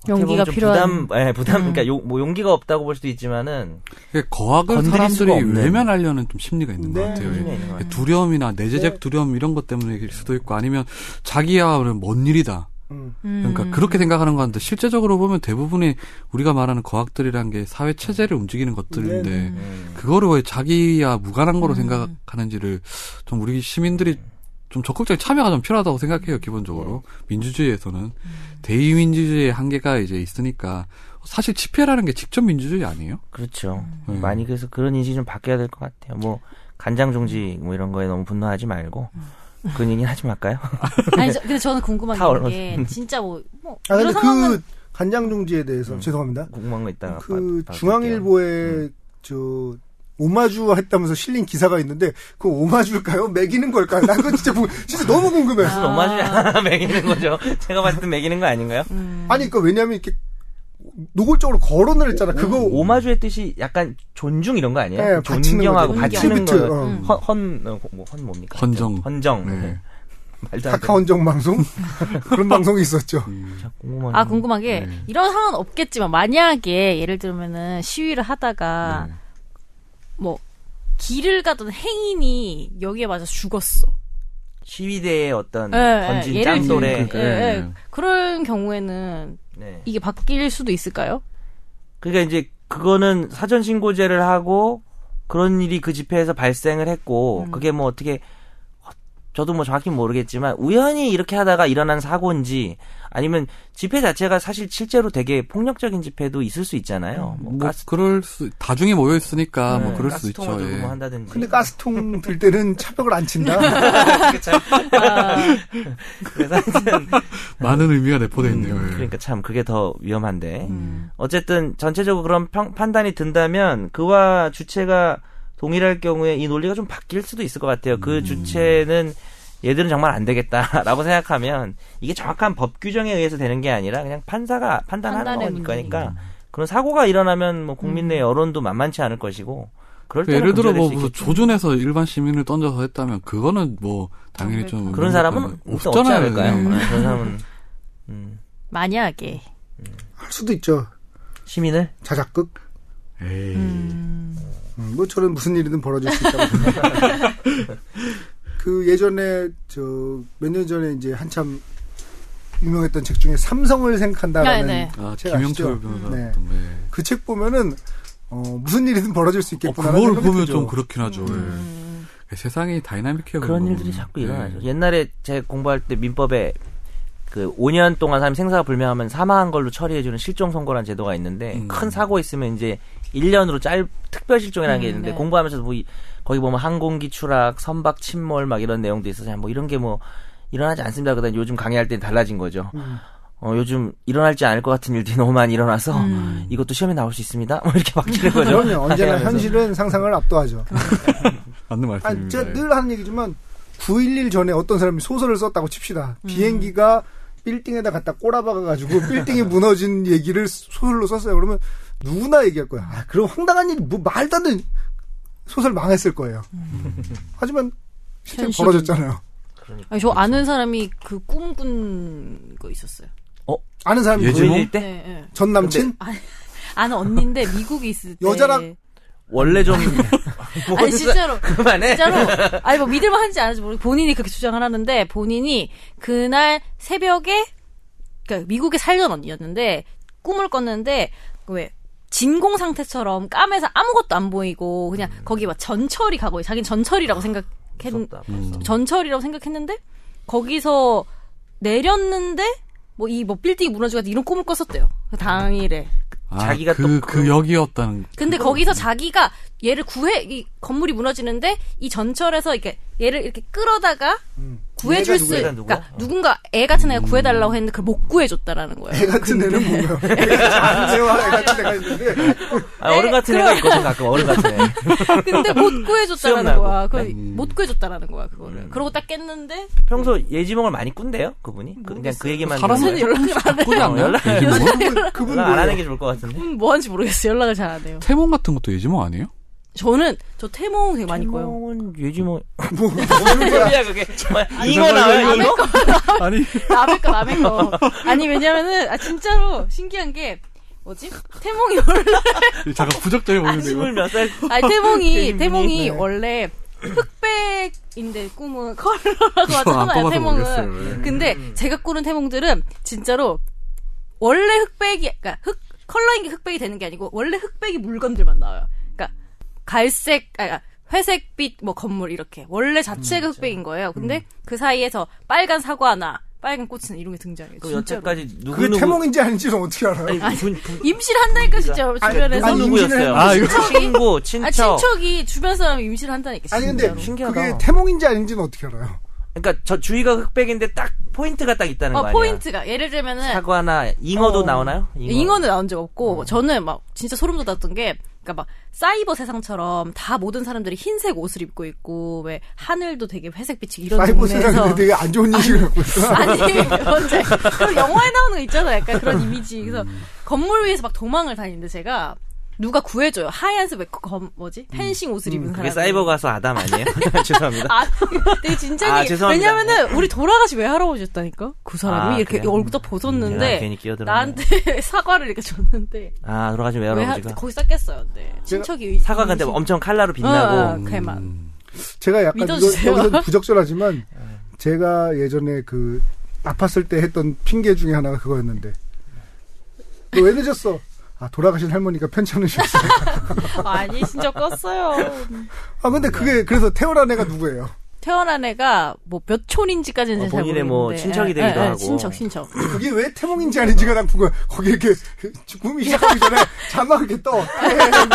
어떻게 보면 용기가 좀 필요한. 음. 부담, 예, 부담, 그러니까 용, 뭐 용기가 없다고 볼 수도 있지만은 그게 거학을 건드릴 사람들이 수가 없는. 외면하려는 좀 심리가 있는 네. 것 같아요. 예. 의미가 있는 것 같아요. 네. 두려움이나 내재적 두려움 이런 것 때문일 수도 있고 아니면 자기야는 먼 일이다. 음. 그러니까 그렇게 생각하는 것 같은데 실제적으로 보면 대부분이 우리가 말하는 거학들이란 게 사회 체제를 움직이는 것들인데 네, 그거를 왜 자기야 무관한 음. 거로 생각하는지를 좀 우리 시민들이 좀 적극적인 참여가 좀 필요하다고 생각해요 기본적으로 네. 음. 민주주의에서는 대의민주주의의 한계가 이제 있으니까 사실 집회라는 게 직접 민주주의 아니에요? 그렇죠. 음. 많이 그래서 그런 인식이 좀 바뀌어야 될 것 같아요. 뭐 간장 종지 뭐 이런 거에 너무 분노하지 말고 음. 그런 얘기는 하지 말까요? 아니 저, 근데 저는 궁금한 다 게 얼어서. 이게 진짜 뭐, 뭐 아 근데 이런 상황은 그 간장 종지에 대해서 음. 죄송합니다. 궁금한 거 있다가 그 봐- 봐줄게요. 음. 중앙일보에 저 오마주 했다면서 실린 기사가 있는데 그 오마주일까요? 매기는 걸까요? 나 그거 진짜 궁- 진짜 너무 궁금해. 무슨 오마주야 매기는 거죠. 제가 봤을 때 매기는 거 아닌가요? 아니 그 왜냐면 이렇게 노골적으로 거론을 했잖아. 그거 음. 오마주의 뜻이 약간 존중 이런 거 아니에요? 그 예, 바치는 존경하고 거죠. 바치는 트리뷰트, 거. 어. 헌, 헌, 어, 뭐, 헌 뭡니까? 헌정. 헌정. 네. 네. 말도 안 돼. 카카원정 방송 그런 방송이 있었죠. 궁금한 아 궁금한 게 이런 상황은 없겠지만 만약에 예를 들면은 시위를 하다가 뭐 길을 가던 행인이 여기에 맞아 서 죽었어. 시위대의 어떤 예, 음, 던진 예, 예를 짱돌에. 들면 예, 그- 예. 네. 그런 경우에는 네. 이게 바뀔 수도 있을까요? 그러니까 이제 그거는 사전 신고제를 하고 그런 일이 그 집회에서 발생을 했고 음. 그게 뭐 어떻게 어, 저도 뭐 정확히 모르겠지만 우연히 이렇게 하다가 일어난 사고인지 아니면 집회 자체가 사실 실제로 되게 폭력적인 집회도 있을 수 있잖아요. 뭐 뭐 가스 그럴 수 다중에 모여 있으니까 뭐 네, 그럴 수 있죠. 가스통을 들고 예. 뭐 한다든지. 근데 가스통 들 때는 차벽을 안 친다. 그래서 하여튼 네. 많은 의미가 내포되어 있네요. 예. 그러니까 참 그게 더 위험한데 어쨌든 전체적으로 그런 평- 판단이 든다면 그와 주체가 동일할 경우에 이 논리가 좀 바뀔 수도 있을 것 같아요. 그 주체는 얘들은 정말 안 되겠다라고 생각하면 이게 정확한 법 규정에 의해서 되는 게 아니라 그냥 판사가 판단하는 판단의 거니까 그런 사고가 일어나면 뭐 국민 내 여론도 만만치 않을 것이고 그럴 때는 예를 들어 금절할 뭐 수 무슨 있겠죠. 조준해서 일반 시민을 던져서 했다면 그거는 뭐 당연히 좀 아, 그러니까. 그런 사람은 없지 않을까요? 그냥. 네, 그런 사람은 음, 만약에 할 수도 있죠. 시민을 자작극. 에이. 음, 뭐 저는 무슨 일이든 벌어질 수 있다고 생각합니다. 그 예전에 저 몇 년 전에 이제 한참 유명했던 책 중에 삼성을 생각한다라는 네, 아, 책 아시죠? 김영철 변호사 네. 같은 거, 예. 그 책 보면은 어, 무슨 일이든 벌어질 수 어, 있겠구나. 그걸 보면 좀 그렇긴 하죠. 예. 세상이 다이나믹해요. 음. 그런 그런 일들이 거는. 자꾸 예. 네. 일어나죠. 옛날에 제가 공부할 때 민법에 그 5년 동안 사람이 생사가 불명하면 사망한 걸로 처리해주는 실종 선고라는 제도가 있는데 음. 큰 사고 있으면 이제 1년으로 짧 특별 실종이라는 게 음, 있는데 네. 공부하면서 뭐 이- 거기 보면 항공기 추락, 선박 침몰 막 이런 내용도 있어서 그냥 뭐 이런 게 뭐 일어나지 않습니다. 그다음 요즘 강의할 때 달라진 거죠. 음. 어 요즘 일어날지 않을 것 같은 일들이 너무 많이 일어나서 음. 이것도 시험에 나올 수 있습니다. 뭐 이렇게 바뀌는 거죠. 그럼요. 언제나 강의하면서. 현실은 상상을 압도하죠. 맞는 음, 아니, 말씀입니다. 네. 예. 제가 늘 하는 얘기지만 9.11 전에 어떤 사람이 소설을 썼다고 칩시다. 음. 비행기가 빌딩에다 갖다 꼬라박아가지고 빌딩이 무너진 얘기를 소설로 썼어요. 그러면 누구나 얘기할 거야. 아, 그럼 황당한 일이 뭐 말도 안 되는 소설 망했을 거예요. 음. 하지만 실제 현실은- 벌어졌잖아요. 아니, 저 아는 사람이 그 꿈꾼 거 있었어요. 아는 사람이 예지- 예지몽? 보일 때 네, 네. 전 남친? 아는 언니인데 미국에 있을 때 여자랑- 원래 좀 뭐 아니 진짜로 그만해. 진짜로 아니 뭐 믿을만한지 아닌지 모르고 본인이 그렇게 주장을 하는데 본인이 그날 새벽에 그러니까 미국에 살던 언니였는데 꿈을 꿨는데 그왜 진공 상태처럼 까매서 아무것도 안 보이고 그냥 거기 막 전철이 가고 자기는 전철이라고 생각했 음. 무섭다, 벌써. 전철이라고 생각했는데 거기서 내렸는데 뭐 이 뭐 빌딩이 무너지고 이런 꿈을 꿨었대요 그 당일에 아, 자기가 그, 또 그 역이었다는. 음. 근데 거기서 자기가 얘를 구해 이 건물이 무너지는데 이 전철에서 이렇게 얘를 이렇게 끌어다가 음. 구해줄 얘가 수, 누구야, 그러니까 누구야? 어. 음. 누군가 애 같은 애가 구해달라고 했는데 그걸 못 구해줬다라는 거예요. 애 같은 애는 뭔가요? 안재와 애 같은 애가 있는데 뭐? 아, 어른 같은 네, 애가 있거든 가끔 어른 같은 애. 근데 못 수염 구해줬다라는 나고. 음. 거야. 그걸 음. 못 구해줬다라는 거야 그거를. 그러고 딱 깼는데 평소 예지몽을 많이 꾼대요 그분이. 그- 그냥 그 얘기만 사람은 요새는 좀- 연락이 안 해요. 꾸지 않나요? 어, 연락- 예지몽은? 그분 그분 연락 안 하는 뭐예요? 게 좋을 것 같은데. 음, 뭐 하는지 모르겠어요. 연락을 잘 안 해요. 태몽 같은 것도 예지몽 아니에요? 저는 저 태몽 되게 많이 꿔요. 예지몽은 예지몽. 뭐 무슨 소리야 그게? 뭐, 잉어 나와요 잉어? 아니 남의 거 남의 거. 아니 왜냐면은 아 진짜로 신기한 게 뭐지? 태몽이 원래 잠깐 부적절히 보는데 이거. 스물 몇 살? 아니 태몽이 태몽이 네. 원래 흑백인데 꿈은 컬러라고 안 하잖아요. 뽑아서 태몽은. 모르겠어요. 왜. 근데 제가 꾸는 태몽들은 진짜로 원래 흑백이 그러니까 흑 컬러인 게 흑백이 되는 게 아니고 원래 흑백이 물건들만 나와요. 그러니까 갈색 아, 아 회색빛 뭐 건물 이렇게 원래 자체가 흑백인 거예요. 근데 그 사이에서 빨간 사과나 빨간 꽃은 이런 게 등장해요. 그 진짜로. 여태까지 누구 그게 누구? 태몽인지 아닌지는 어떻게 알아요? 아니, 분- 분- 임시를 한다니까 진짜로 주변에서 아니, 누구 누구였어요? 임신을 아, 이거- 친구, 아, 친척. 친척이 주변 사람이 임시를 한다니까 아니 진짜로. 근데 신기하다. 그게 태몽인지 아닌지는 어떻게 알아요? 그러니까 저 주위가 흑백인데 딱 포인트가 딱 있다는 어 거 아니야? 포인트가 예를 들면은 사과나 잉어도 어. 나오나요? 잉어는 나온 적 없고 저는 막 진짜 소름 돋았던 게 그러니까 막 사이버 세상처럼 다 모든 사람들이 흰색 옷을 입고 있고 왜 하늘도 되게 회색빛이 이런 사이버 동네에서 세상에 되게 안 좋은 인식을 갖고 있어. 아니 언제 그 영화에 나오는 거 있잖아 약간 그런 이미지 그래서 음. 건물 위에서 막 도망을 다니는데 제가 누가 구해줘요 하얀색 왜그 검- 뭐지 펜싱 옷을 입은 음. 그게 사람 사이버 가수 아담 아니에요? 죄송합니다. 아, 되게 진짜 아, 죄송합니다. 왜냐면은 우리 돌아가신 외할아버지였다니까 그 사람이 아, 이렇게 그래요? 얼굴 딱 아, 벗었는데 괜히 끼어들었네. 나한테 사과를 이렇게 줬는데 아, 돌아가신 왜 외할아버지가 하- 거기서 깼어요. 네. 제가 친척이 어, 사과 근데 엄청 칼라로 아, 빛나고 음. 그만. 제가 약간 이거, 믿어주세요. 여기서 부적절하지만 제가 예전에 그 아팠을 때 했던 핑계 중에 하나가 그거였는데 너 왜 늦었어? 아 돌아가신 할머니가 편찮으셨어요. 아니 진짜 껐어요. 아 근데 그게 그래서 태어난 애가 누구예요? 태어난 애가 뭐 몇 촌인지까지는 어, 잘 본인의 모르는데 예, 뭐 친척이 되기도 하고. 친척 친척. 그게 왜 태몽인지 아닌지가 난 궁금해. 거기 이렇게 그 꿈이 시작하기 전에 자막 이렇게 떠. 예.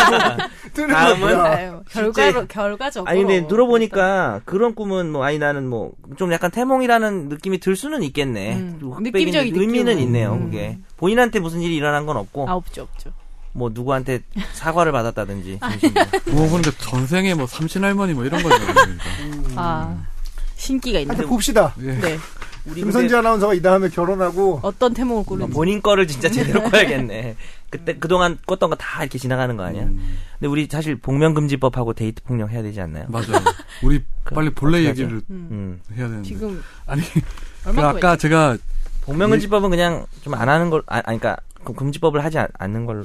뜨는 다음은? 거야. 아유, 예, 결과로 결과적으로. 아니 근데 들어보니까 그런 꿈은 뭐 아니 나는 뭐 좀 약간 태몽이라는 느낌이 들 수는 있겠네. 음, 흑백인 느낌적인 의미는 느낌은. 있네요. 음. 그게 본인한테 무슨 일이 일어난 건 없고 아 없죠 없죠. 뭐 누구한테 사과를 받았다든지. 아. 뭐 보는데 전생에 뭐 삼신 할머니 뭐 이런 거죠. 그러니까. 음. 예, 아 신기가 아, 하여튼 뭐- 있네. 봅시다. 네 우리 근데 김선지 아나운서가 이 다음에 결혼하고 어떤 태몽을 그러니까 꾸는지. 본인 거를 진짜 제대로 꿔야겠네. 음. 그때 그동안 꿨던 거 다 이렇게 지나가는 거 아니야? 음. 근데 우리 사실 복면금지법하고 데이트 폭력 해야 되지 않나요? 맞아요. 우리 그, 빨리 본래 어떡하죠? 얘기를 음. 해야 되는데. 지금 아니 그 얼마큼 아까 제가 음. 복면금지법은 그냥 좀 안 하는 걸 아, 아니 그러니까 그 금지법을 하지 않, 않는 걸로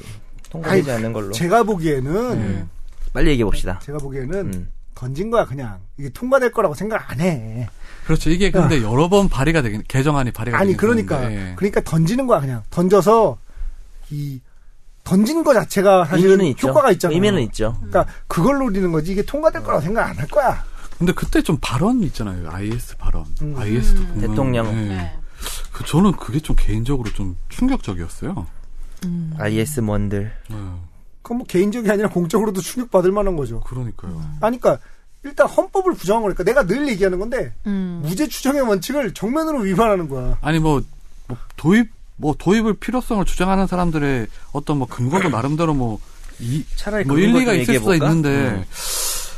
통과되지 않는 걸로 제가 보기에는 음. 빨리 얘기해 봅시다. 제가 보기에는 음. 던진 거야 그냥 이게 통과될 거라고 생각 안 해. 그렇죠. 이게 근데 여러 번 발의가 되긴 개정안이 발의가 아니 되긴 그러니까 했는데, 예. 그러니까 던지는 거야 그냥 던져서 이 던진 거 자체가 사실은 의미는 있죠. 효과가 있잖아. 의미는 있죠. 그러니까 그걸 노리는 거지 이게 통과될 거라고 생각 안 할 거야. 근데 그때 좀 발언 있잖아요. IS 발언. 음. IS도 보면 대통령. 예. 네. 그 저는 그게 좀 개인적으로 좀 충격적이었어요. 음. IS 뭔들. 예. 그건 뭐 개인적이 아니라 공적으로도 충격받을 만한 거죠. 그러니까요. 아니 그러니까 일단 헌법을 부정한 거니까 내가 늘 얘기하는 건데 음. 무죄 추정의 원칙을 정면으로 위반하는 거야. 아니 뭐, 뭐 도입 뭐 도입을 필요성을 주장하는 사람들의 어떤 뭐 근거도 나름대로 뭐 이, 차라리 뭐 그런 일리가 것도 있을 수도 얘기해볼까? 음. 음. 있는데,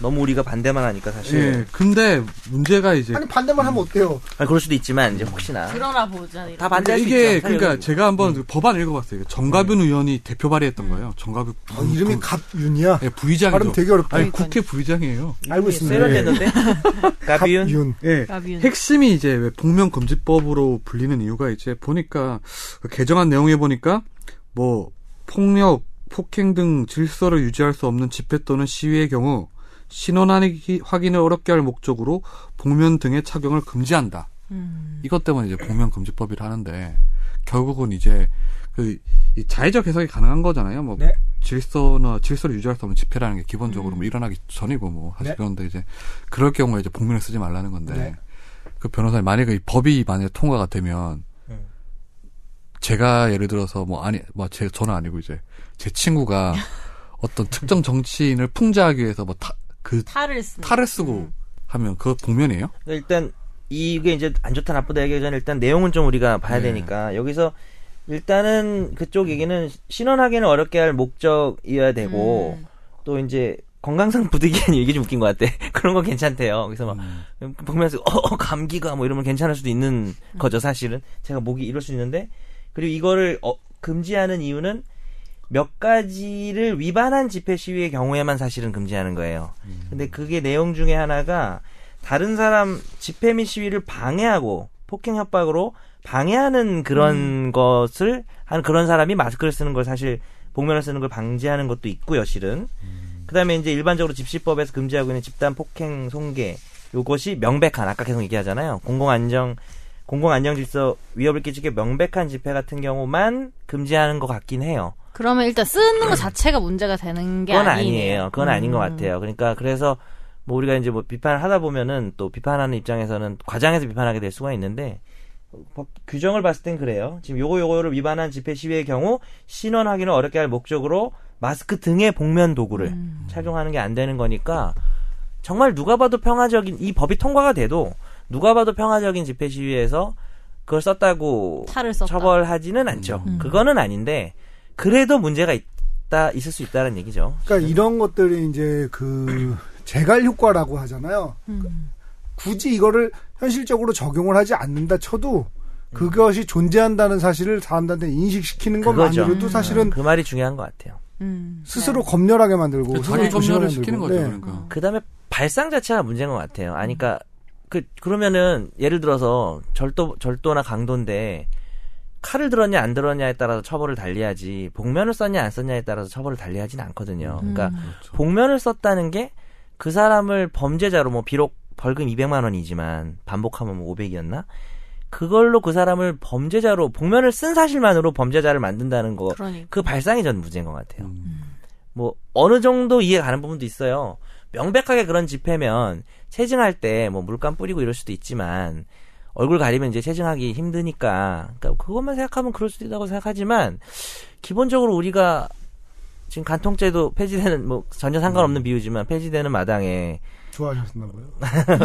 너무 우리가 반대만 하니까 사실. 예. 근데 문제가 이제 아니 반대만 하면 어때요? 아, 그럴 수도 있지만 이제 혹시나 드러나 보자. 이런. 다 반대할 수 이게 있죠. 그러니까 제가 한번 음. 그 법안 읽어봤어요. 정가균 의원이 대표 음. 발의했던 거예요. 정가균 어, 음. 이름이 갑윤이야. 예, 부의장이죠. 발음 되게 어렵다. 아니 국회 부의장이에요. 알고 있습니다. 예. 세련됐는데 네. 가비윤 갑윤. 예. 음. 가비윤. 핵심이 이제 왜 복면금지법으로 불리는 이유가 이제 보니까 그 개정한 내용에 보니까 뭐 폭력, 폭행 등 질서를 유지할 수 없는 집회 또는 시위의 경우 신원 확인- 확인을 어렵게 할 목적으로 복면 등의 착용을 금지한다. 음, 이것 때문에 이제 복면금지법이라 하는데 결국은 이제 그이 자의적 해석이 가능한 거잖아요. 뭐 네. 음. 질서나 질서를 유지할 수 없는 집회라는 게 기본적으로 뭐 일어나기 전이고 뭐 사실 네. 그런데 이제 그럴 경우에 이제 복면을 쓰지 말라는 건데 네. 그 변호사님 만약에 이 법이 만약에 통과가 되면 네. 음. 제가 예를 들어서 뭐 아니 뭐 제 저는 아니고 이제 제 친구가 어떤 특정 정치인을 풍자하기 위해서 뭐 타, 그 음. 탈을 쓰는. 탈을 쓰고 하면 그거 복면이에요? 그러니까 일단 이게 이제 안 좋다 나쁘다 얘기하기 전에 일단 내용은 좀 우리가 봐야 네. 되니까 여기서 일단은 그쪽 얘기는 신원하기는 어렵게 할 목적이어야 되고 또 이제 건강상 부득이한 이게 좀 웃긴 것 같아. 그런 건 괜찮대요. 그래서 막 보면서 어, 어, 감기가 뭐 이러면 괜찮을 수도 있는 거죠 사실은 제가 목이 이럴 수 있는데 그리고 이거를 어, 금지하는 이유는 몇 가지를 위반한 집회 시위의 경우에만 사실은 금지하는 거예요. 근데 그게 내용 중에 하나가 다른 사람 집회 및 시위를 방해하고 폭행 협박으로 방해하는 그런 것을 한 그런 사람이 마스크를 쓰는 걸 사실 복면을 쓰는 걸 방지하는 것도 있고요, 실은. 그다음에 이제 일반적으로 집시법에서 금지하고 있는 집단 폭행 손괴 요것이 명백한 아까 계속 얘기하잖아요. 공공 안정 공공 안정 질서 위협을 끼치게 명백한 집회 같은 경우만 금지하는 것 같긴 해요. 그러면 일단 쓰는 것 자체가 문제가 되는 게 그건 아니네요. 음. 아니에요. 그건 아닌 것 같아요. 그러니까 그래서 뭐 우리가 이제 뭐 비판을 하다 보면은 또 비판하는 입장에서는 과장해서 비판하게 될 수가 있는데 법 규정을 봤을 땐 그래요. 지금 요거 요거를 위반한 집회 시위의 경우 신원 확인을 어렵게 할 목적으로 마스크 등의 복면 도구를 음. 착용하는 게 안 되는 거니까 정말 누가 봐도 평화적인 이 법이 통과가 돼도 누가 봐도 평화적인 집회 시위에서 그걸 썼다고 탈을 썼다. 처벌하지는 않죠. 그거는 아닌데 그래도 문제가 있다 있을 수 있다는 얘기죠. 그러니까 이런 것들이 이제 그 재갈 효과라고 하잖아요. 음, 굳이 이거를 현실적으로 적용을 하지 않는다 쳐도 그것이 존재한다는 사실을 사람들한테 인식시키는 그거죠. 것만으로도 사실은 그 말이 중요한 것 같아요. 음. 스스로 검열하게 자기 만들고 스스로 그 검열을 뭐 조심하게 시키는 거죠, 만들고. 네. 그러니까. 그 다음에 발상 자체가 문제인 것 같아요. 아니, 그니까, 그, 그러면은, 예를 들어서, 절도, 절도나 강도인데, 칼을 들었냐, 안 들었냐에 따라서 처벌을 달리하지, 복면을 썼냐, 안 썼냐에 따라서 처벌을 달리하진 않거든요. 음. 그러니까, 복면을 썼다는 게 그 사람을 범죄자로, 뭐, 비록 벌금 200만원이지만, 반복하면 뭐 500이었나? 그걸로 그 사람을 범죄자로, 복면을 쓴 사실만으로 범죄자를 만든다는 거, 그러니까. 그 발상이 전 문제인 것 같아요. 뭐 어느 정도 이해가는 부분도 있어요. 명백하게 그런 집회면 체증할 때 뭐 물감 뿌리고 이럴 수도 있지만 얼굴 가리면 이제 체증하기 힘드니까 그러니까 그것만 생각하면 그럴 수도 있다고 생각하지만 기본적으로 우리가 지금 간통죄도 폐지되는 뭐 전혀 상관없는 비유지만 폐지되는 마당에 좋아하셨나 봐요.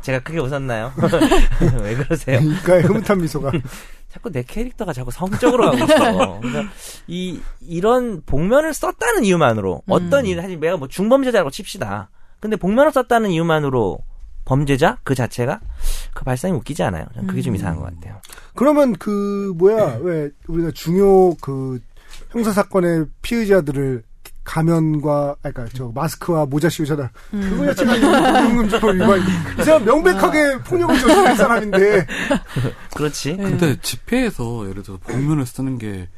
제가 크게 웃었나요? 왜 그러세요? 그러니까 흐뭇한 미소가 자꾸 내 캐릭터가 자꾸 성적으로 가고 있어. 그러니까 이 이런 복면을 썼다는 이유만으로 음. 어떤 일 사실 내가 뭐 중범죄자라고 칩시다. 근데 복면을 썼다는 이유만으로 범죄자 그 자체가 그 발상이 웃기지 않아요. 저는 그게 음. 좀 이상한 것 같아요. 그러면 그 뭐야 네. 왜 우리가 중요 그 형사 사건의 피의자들을 가면과 아니 그러니까 저 마스크와 모자 씌우잖아. 음. 그거 자체가 폭력금지법 위반. 아. 이 사람 명백하게 폭력을 저지른 사람인데 그렇지. 음. 근데 집회에서 예를 들어서 복면을 쓰는 게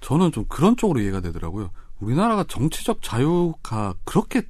저는 좀 그런 쪽으로 이해가 되더라고요. 우리나라가 정치적 자유가 그렇게 음.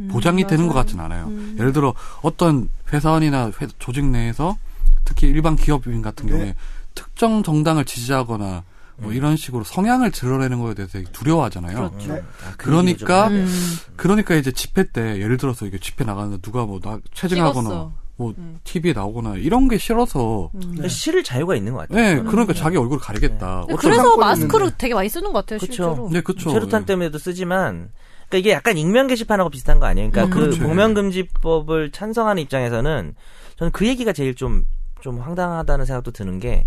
음, 보장이 되는 것 같진 않아요. 예를 들어 어떤 회사원이나 회- 조직 내에서 특히 일반 기업인 같은 네. 음. 경우에 특정 정당을 지지하거나 뭐 이런 식으로 성향을 드러내는 거에 대해서 되게 두려워하잖아요. 네. 아, 그 그러니까 얘기를 좀 해야 돼. 음. 그러니까 이제 집회 때 예를 들어서 이게 집회 나가는데 누가 뭐 나 체증하거나 찍었어. 뭐 TV에 나오거나 이런 게 싫어서 음. 그러니까 실을 자유가 있는 네. 것 같아요. 네, 그러니까 자기 얼굴 가리겠다. 근데 어쩌- 그래서 상권이 마스크를 있는데. 되게 많이 쓰는 것 같아요, 그쵸. 실제로. 네, 그쵸. 최루탄 예. 때문에도 쓰지만 그러니까 이게 약간 익명 게시판하고 비슷한 거 아니에요? 음, 그러니까 그 그렇죠. 복면금지법을 찬성하는 입장에서는 저는 그 얘기가 제일 좀 좀 황당하다는 생각도 드는 게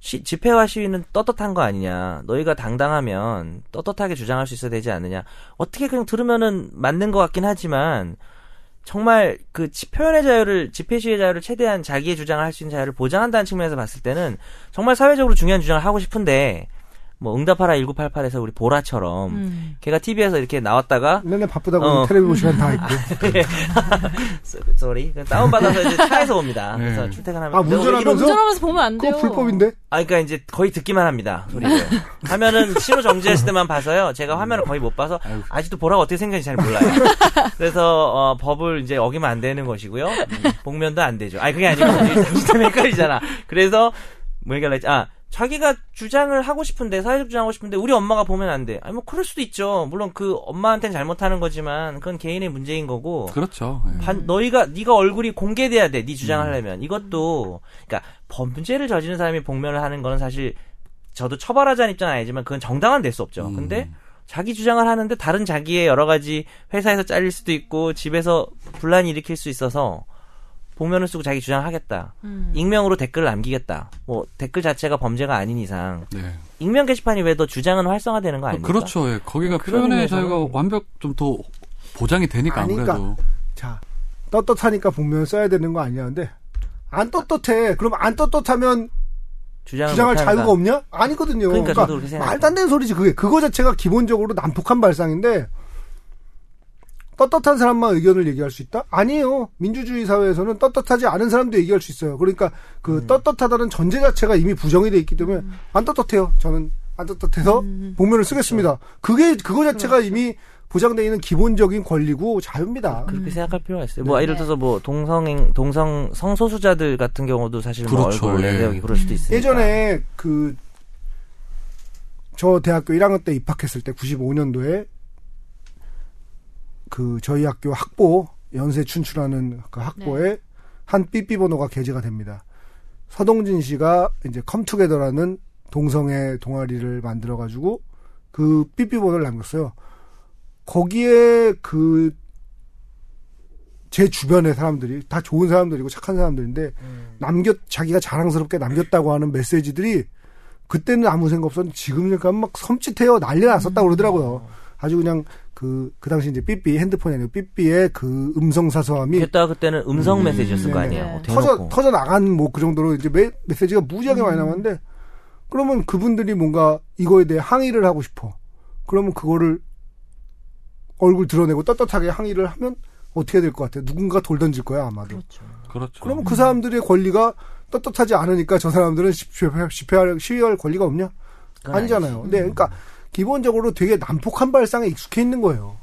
시- 집회와 시위는 떳떳한 거 아니냐? 너희가 당당하면 떳떳하게 주장할 수 있어야 되지 않느냐? 어떻게 그냥 들으면은 맞는 것 같긴 하지만 정말 그 지- 표현의 자유를 집회 시위의 자유를 최대한 자기의 주장을 할 수 있는 자유를 보장한다는 측면에서 봤을 때는 정말 사회적으로 중요한 주장을 하고 싶은데 뭐 응답하라 1988에서 우리 보라처럼 음. 걔가 TV에서 이렇게 나왔다가 맨날 바쁘다고 어. 텔레비 볼 시간 다 있고 쏘- 쏘리 그냥 다운 받아서 이제 차에서 봅니다. 네. 그래서 출퇴근하면 아, 내가 왜 운전하면서? 이런- 운전하면서 보면 안 돼요. 그거 불법인데 아 그러니까 이제 거의 듣기만 합니다. 소리를 하면은 신호 정지했을 때만 봐서요. 제가 화면을 거의 못 봐서 아직도 보라가 어떻게 생겼는지 잘 몰라요. 그래서 어, 법을 이제 어기면 안 되는 것이고요. 음, 복면도 안 되죠. 아니 그게 아니고 시스템 헷갈리잖아. 그래서 뭐 얘기할래? 아 자기가 주장을 하고 싶은데 사회적 주장하고 싶은데 우리 엄마가 보면 안 돼. 아니 뭐 그럴 수도 있죠. 물론 그 엄마한테는 잘못하는 거지만 그건 개인의 문제인 거고. 그렇죠. 예. 음. 반, 너희가 네가 얼굴이 공개돼야 돼. 네 주장하려면 이것도 그러니까 범죄를 음. 저지른 사람이 복면을 하는 거는 사실 저도 처벌하자는 입장은 아니지만 그건 정당한 될 수 없죠. 근데 자기 주장을 하는데 다른 자기의 여러 가지 회사에서 잘릴 수도 있고 집에서 분란이 일으킬 수 있어서 복면을 쓰고 자기 주장을 하겠다. 음. 익명으로 댓글을 남기겠다. 뭐 댓글 자체가 범죄가 아닌 이상 네. 익명 게시판이 왜 더 주장은 활성화되는 거 아닙니까? 그렇죠. 예. 거기가 그런 표현의 의미에서는- 자유가 완벽 좀 더 보장이 되니까 아니, 아무래도 자, 떳떳하니까 복면 써야 되는 거 아니냐는데 안 떳떳해. 그럼 안 떳떳하면 주장을, 주장할 못하는가? 자유가 없냐? 아니거든요. 그러니까 그러니까, 저도 그렇게 생각해요. 말도 안 되는 소리지 그게. 그거 자체가 기본적으로 난폭한 발상인데 떳떳한 사람만 의견을 얘기할 수 있다? 아니에요. 민주주의 사회에서는 떳떳하지 않은 사람도 얘기할 수 있어요. 그러니까 그 음. 떳떳하다는 전제 자체가 이미 부정이 돼 있기 때문에 안 떳떳해요. 저는 안 음, 떳떳해서 음. 복면을 쓰겠습니다. 그렇죠. 그게 그거 자체가 이미 보장돼 있는 기본적인 권리고 자유입니다. 음. 그렇게 생각할 필요가 있어요. 네. 뭐 예를 들어서 뭐 동성 동성 성소수자들 같은 경우도 사실 뭐 그렇죠, 얼굴 예. 내세우기 그럴 수도 있으니까. 예전에 그 저 대학교 1학년 때 입학했을 때 95년도에 그 저희 학교 학보 연세 춘추라는 그 학보에 네. 한 삐삐 번호가 게재가 됩니다. 서동진 씨가 이제 컴투게더라는 동성애 동아리를 만들어 가지고 그 삐삐 번호를 남겼어요. 거기에 그 제 주변의 사람들이 다 좋은 사람들이고 착한 사람들인데 남겼 자기가 자랑스럽게 남겼다고 하는 메시지들이 그때는 아무 생각 없었는데 지금 생각하면 막 섬찟해요 난리 났었다 고 그러더라고요. 아주 그냥 그, 그 당시 이제 삐삐, 핸드폰이 아니고 삐삐의 그 음성 사서함이 그랬다가 그때는 음성 메시지였을 거 아니에요. 네. 뭐 터져, 대놓고. 터져 나간 뭐 그 정도로 이제 메, 메시지가 무지하게 많이 남았는데 그러면 그분들이 뭔가 이거에 대해 항의를 하고 싶어. 그러면 그거를 얼굴 드러내고 떳떳하게 항의를 하면 어떻게 될 것 같아요? 누군가 돌 던질 거야, 아마도. 그렇죠. 그러면 그 사람들의 권리가 떳떳하지 않으니까 저 사람들은 집회, 집회할, 시위할 권리가 없냐? 그건 아니잖아요. 근데 그러니까 기본적으로 되게 난폭한 발상에 익숙해 있는 거예요.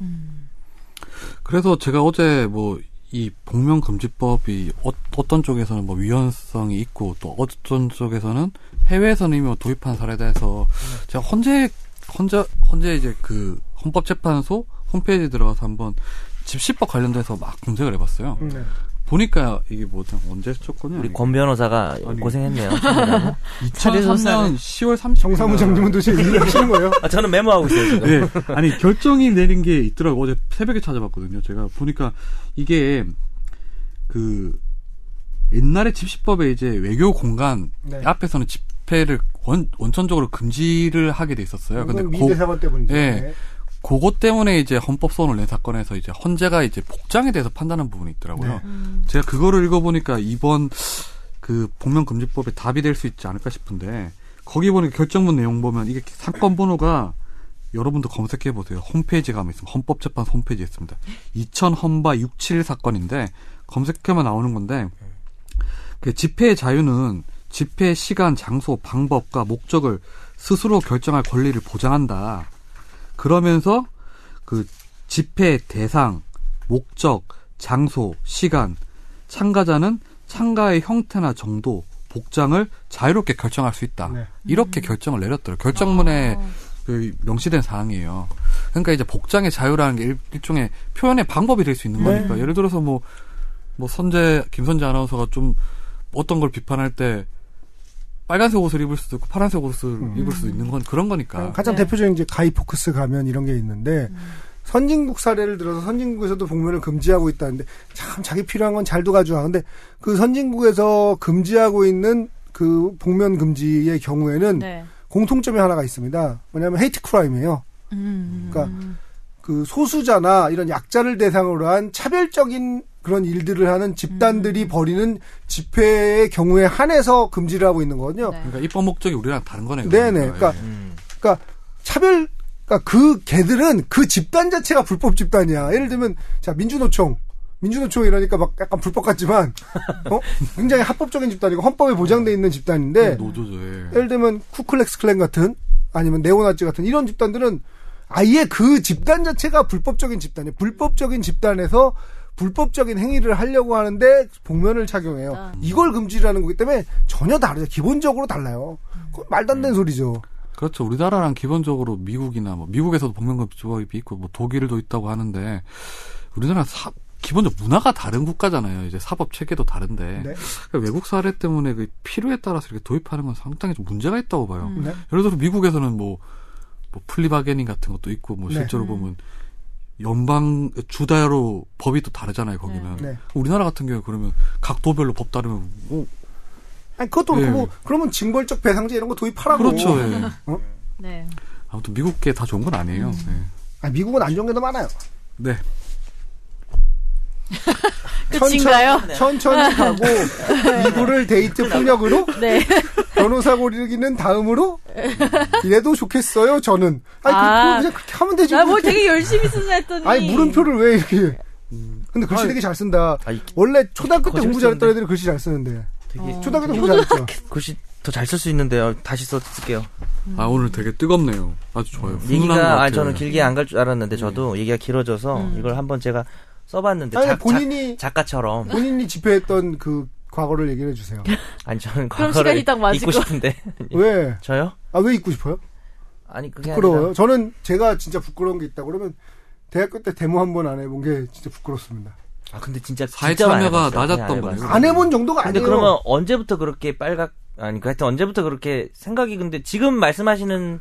그래서 제가 어제 뭐 이 복면 금지법이 어, 떤 쪽에서는 뭐 위헌성이 있고 또 어떤 쪽에서는 해외에서는 이미 도입한 사례에 대해서 제가 헌재 헌재 헌재 이제 그 헌법재판소 홈페이지 들어가서 한번 집시법 관련돼서 막 검색을 해봤어요. 보니까 이게 뭐 언제 쳤거냐? 우리 권 변호사가 고생했네요. 참고로. 2003년 10월 30일 정사무 음. 장님은 도대체 이 일을 하시는 거예요? 아, 저는 메모하고 있어요. 지금. 네. 아니 결정이 내린 게 있더라고 어제 새벽에 찾아봤거든요. 제가 보니까 이게 그 옛날에 집시법에 이제 외교 공간 네. 앞에서는 집회를 원, 원천적으로 금지를 하게 돼 있었어요. 네, 근데 미 고, 대사관 때문이죠. 예. 네. 그것 때문에 이제 헌법 소원을 낸 사건에서 이제 헌재가 이제 복장에 대해서 판단한 부분이 있더라고요. 네. 제가 그거를 읽어보니까 이번 그 복면 금지법에 답이 될 수 있지 않을까 싶은데 거기 보니까 결정문 내용 보면 이게 사건 번호가 여러분도 검색해 보세요. 홈페이지 가면 있습니다. 헌법재판 홈페이지에 있습니다. 2000 헌바 671 사건인데 검색하면 나오는 건데 그 집회의 자유는 집회 시간, 장소, 방법과 목적을 스스로 결정할 권리를 보장한다. 그러면서 그 집회 대상, 목적, 장소, 시간, 참가자는 참가의 형태나 정도, 복장을 자유롭게 결정할 수 있다. 네. 이렇게 결정을 내렸더라고요. 어, 결정문에 아. 그 명시된 사항이에요. 그러니까 이제 복장의 자유라는 게 일- 일종의 표현의 방법이 될 수 있는 네. 거니까. 예를 들어서 뭐, 뭐 선재, 김선재 아나운서가 좀 어떤 걸 비판할 때 빨간색 옷을 입을 수도 있고 파란색 옷을 입을 수도 있는 건 음. 그런 거니까. 아, 가장 네. 음. 대표적인 이제 가이포크스 가면 이런 게 있는데 선진국 사례를 들어서 선진국에서도 복면을 금지하고 있다는데 참 자기 필요한 건 잘도 가져와. 근데 그 선진국에서 금지하고 있는 그 복면 금지의 경우에는 네. 공통점이 하나가 있습니다. 뭐냐면 헤이트 크라임이에요. 음. 그러니까 그 소수자나 이런 약자를 대상으로 한 차별적인 그런 일들을 하는 음. 집단들이 벌이는 집회의 경우에 한해서 금지를 하고 있는 거거든요. 네. 그러니까 입법 목적이 우리랑 다른 거네요. 네네. 그러니까. 그러니까, 음. 그러니까 차별, 그러니까 그 개들은 그 집단 자체가 불법 집단이야. 예를 들면 자 민주노총. 민주노총 이러니까 막 약간 불법 같지만 어? 굉장히 합법적인 집단이고 헌법에 보장돼 있는 집단인데 노조죠. 예. 예를 들면 쿠클렉스 클랜 같은 아니면 네오나치 같은 이런 집단들은 아예 그 집단 자체가 불법적인 집단이에요. 불법적인 집단에서 불법적인 행위를 하려고 하는데 복면을 착용해요. 아. 이걸 금지라는 거기 때문에 전혀 다르죠. 기본적으로 달라요. 그건 말도 안 되는 소리죠. 그렇죠. 우리나라랑 기본적으로 미국이나 뭐 미국에서도 복면금지법이 있고 뭐 독일도 있다고 하는데 우리나라 사 기본적으로 문화가 다른 국가잖아요. 이제 사법 체계도 다른데 네. 그러니까 외국 사례 때문에 그 필요에 따라서 이렇게 도입하는 건 상당히 좀 문제가 있다고 봐요. 네. 예를 들어 미국에서는 뭐 뭐 플리바게닝 같은 것도 있고 뭐 네. 실제로 보면 연방 주다로 법이 또 다르잖아요 거기는 네. 우리나라 같은 경우 그러면 각 도별로 법 다르면 뭐 아니 그것도 예. 그렇고 뭐 그러면 징벌적 배상제 이런 거 도입하라고. 그렇죠 예. 네. 아무튼 미국 게 다 좋은 건 아니에요 아, 미국은 안 좋은 게 더 많아요. 네. 네. 그 끝인가요? 천천히 가고 이불을 데이트 폭력으로 네. 변호사 고르기는 다음으로 이래도 좋겠어요. 저는 아니 아. 그, 냥 그렇게 하면 되지. 나 뭘 그렇게. 되게 열심히 쓰자 했더니. 아니 물음표를 왜 이렇게? 근데 글씨 되게 잘 쓴다. 아, 이- 원래 초등학교 때 거짓말 공부 잘했던 썼네. 애들이 글씨 잘 쓰는데 어. 되게 음, 초등학교 때 공부 잘했죠. 글씨 더 잘 쓸 수 있는데요. 다시 써줄게요. 아 오늘 되게 뜨겁네요 아주 좋아요 훈훈한 것 얘기가 같아요 음. 네. 아니 저는 길게 안 갈 줄 알았는데 저도 얘기가 길어져서 음. 이걸 한번 제가 써봤는데 아니 작- 본인이 작- 작가처럼 본인이 집회했던 그 과거를 얘기를 해주세요. 아니 저는 그럼 과거를 시간이 딱 맞을 잊고 것 싶은데 왜? 저요? 아 왜 잊고 싶어요? 아니 그게 부끄러워요. 아니라 저는 제가 진짜 부끄러운 게 있다 그러면 대학교 때 데모 한 번 안 해본 게 진짜 부끄럽습니다. 아 근데 진짜 사회 진짜 많이 참여가 해봤어요. 그냥 낮았던 안 해봤어요. 거네요. 안 해본 정도가 근데 아니에요. 그러면 언제부터 그렇게 빨갛 아니 그 하여튼 언제부터 그렇게 생각이 근데 지금 말씀하시는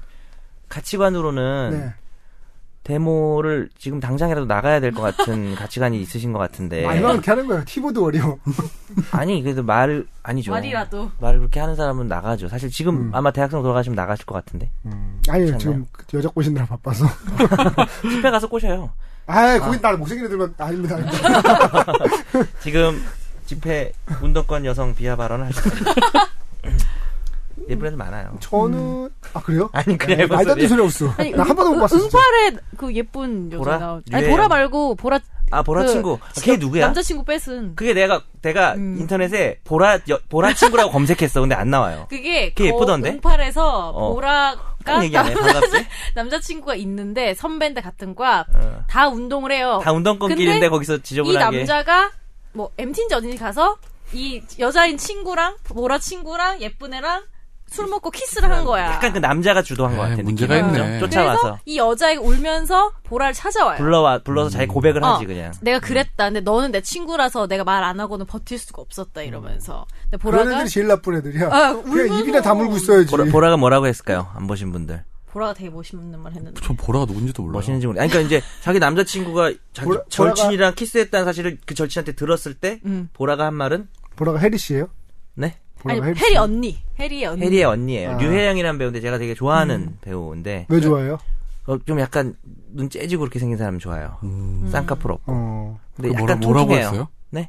가치관으로는 네. 데모를 지금 당장이라도 나가야 될 것 같은 가치관이 있으신 것 같은데 말만 그렇게 하는 거예요. 티보드 워리어. 아니 그래도 말 아니죠 어, 말이라도. 말을 그렇게 하는 사람은 나가죠 사실 지금 음. 아마 대학생 돌아가시면 나가실 것 같은데 아니요, 괜찮나요? 지금 여자 꼬시느라 바빠서. 집회 가서 꼬셔요 아, 거기 나 못생긴 애들만 아닙니다. 아닙니다. 지금 집회 운동권 여성 비하 발언 하시는 예쁜 애들 많아요 저는 아 그래요? 아니 그래 네, 말도 안 되는 소리 없어. 아니, 나 한 번도 못 봤어. 진짜. 응팔에 그 예쁜 여자 보라? 나오죠. 아니, 유해영. 보라 말고, 보라. 아 보라 그 친구 걔 누구야 남자친구 음. 뺏은. 그게 내가 내가 인터넷에 보라 여- 보라 친구라고 검색했어. 근데 안 나와요. 그게 그게 예쁘던데? 응팔에서 어. 보라가 그런 얘기 안 해. 반갑지? 남자친구가 있는데 선배인데 같은 과. 어. 다 운동을 해요. 다 운동권 근데 끼는데 거기서 이 지저분하게. 남자가 뭐 MT인지 어딘지 가서 이 여자인 친구랑 보라 친구랑 예쁜 애랑 술 먹고 키스를 한 거야. 약간 그 남자가 주도한 것 에이, 같아. 문제가 느낌이. 있네. 그죠? 그래서 쫓아와서 이 여자애가 울면서 보라를 찾아와요. 불러와 불러서 자기 고백을 하지 어, 그냥. 음. 내가 그랬다. 근데 너는 내 친구라서 내가 말 안 하고는 버틸 수가 없었다 이러면서. 음. 근데 그런 보라가 애들이 제일 나쁜 애들이야. 아, 그냥 울면서. 입이나 다물고 있어야지. 보라, 보라가 뭐라고 했을까요? 안 보신 분들 보라가 되게 멋있는 말 했는데. 전 보라가 누군지도 몰라요 멋있는지 모르. 아니, 그러니까 이제 자기 남자친구가 자기 보라- 절친이랑 키스했다는 사실을 그 절친한테 들었을 때 음. 보라가 한 말은 보라가 해리 씨예요? 네 보라가 아니 해리. 해리 씨? 언니. 해리의 언니. 해리의 언니예요. 아. 류혜영이라는 배우인데 제가 되게 좋아하는 음. 배우인데 왜 좋아해요? 어, 좀 약간 눈 째지고 그렇게 생긴 사람 좋아요. 쌍꺼풀 없고. 어. 근데 음. 그 뭐라- 약간 뭐라고 통통해요. 했어요? 네,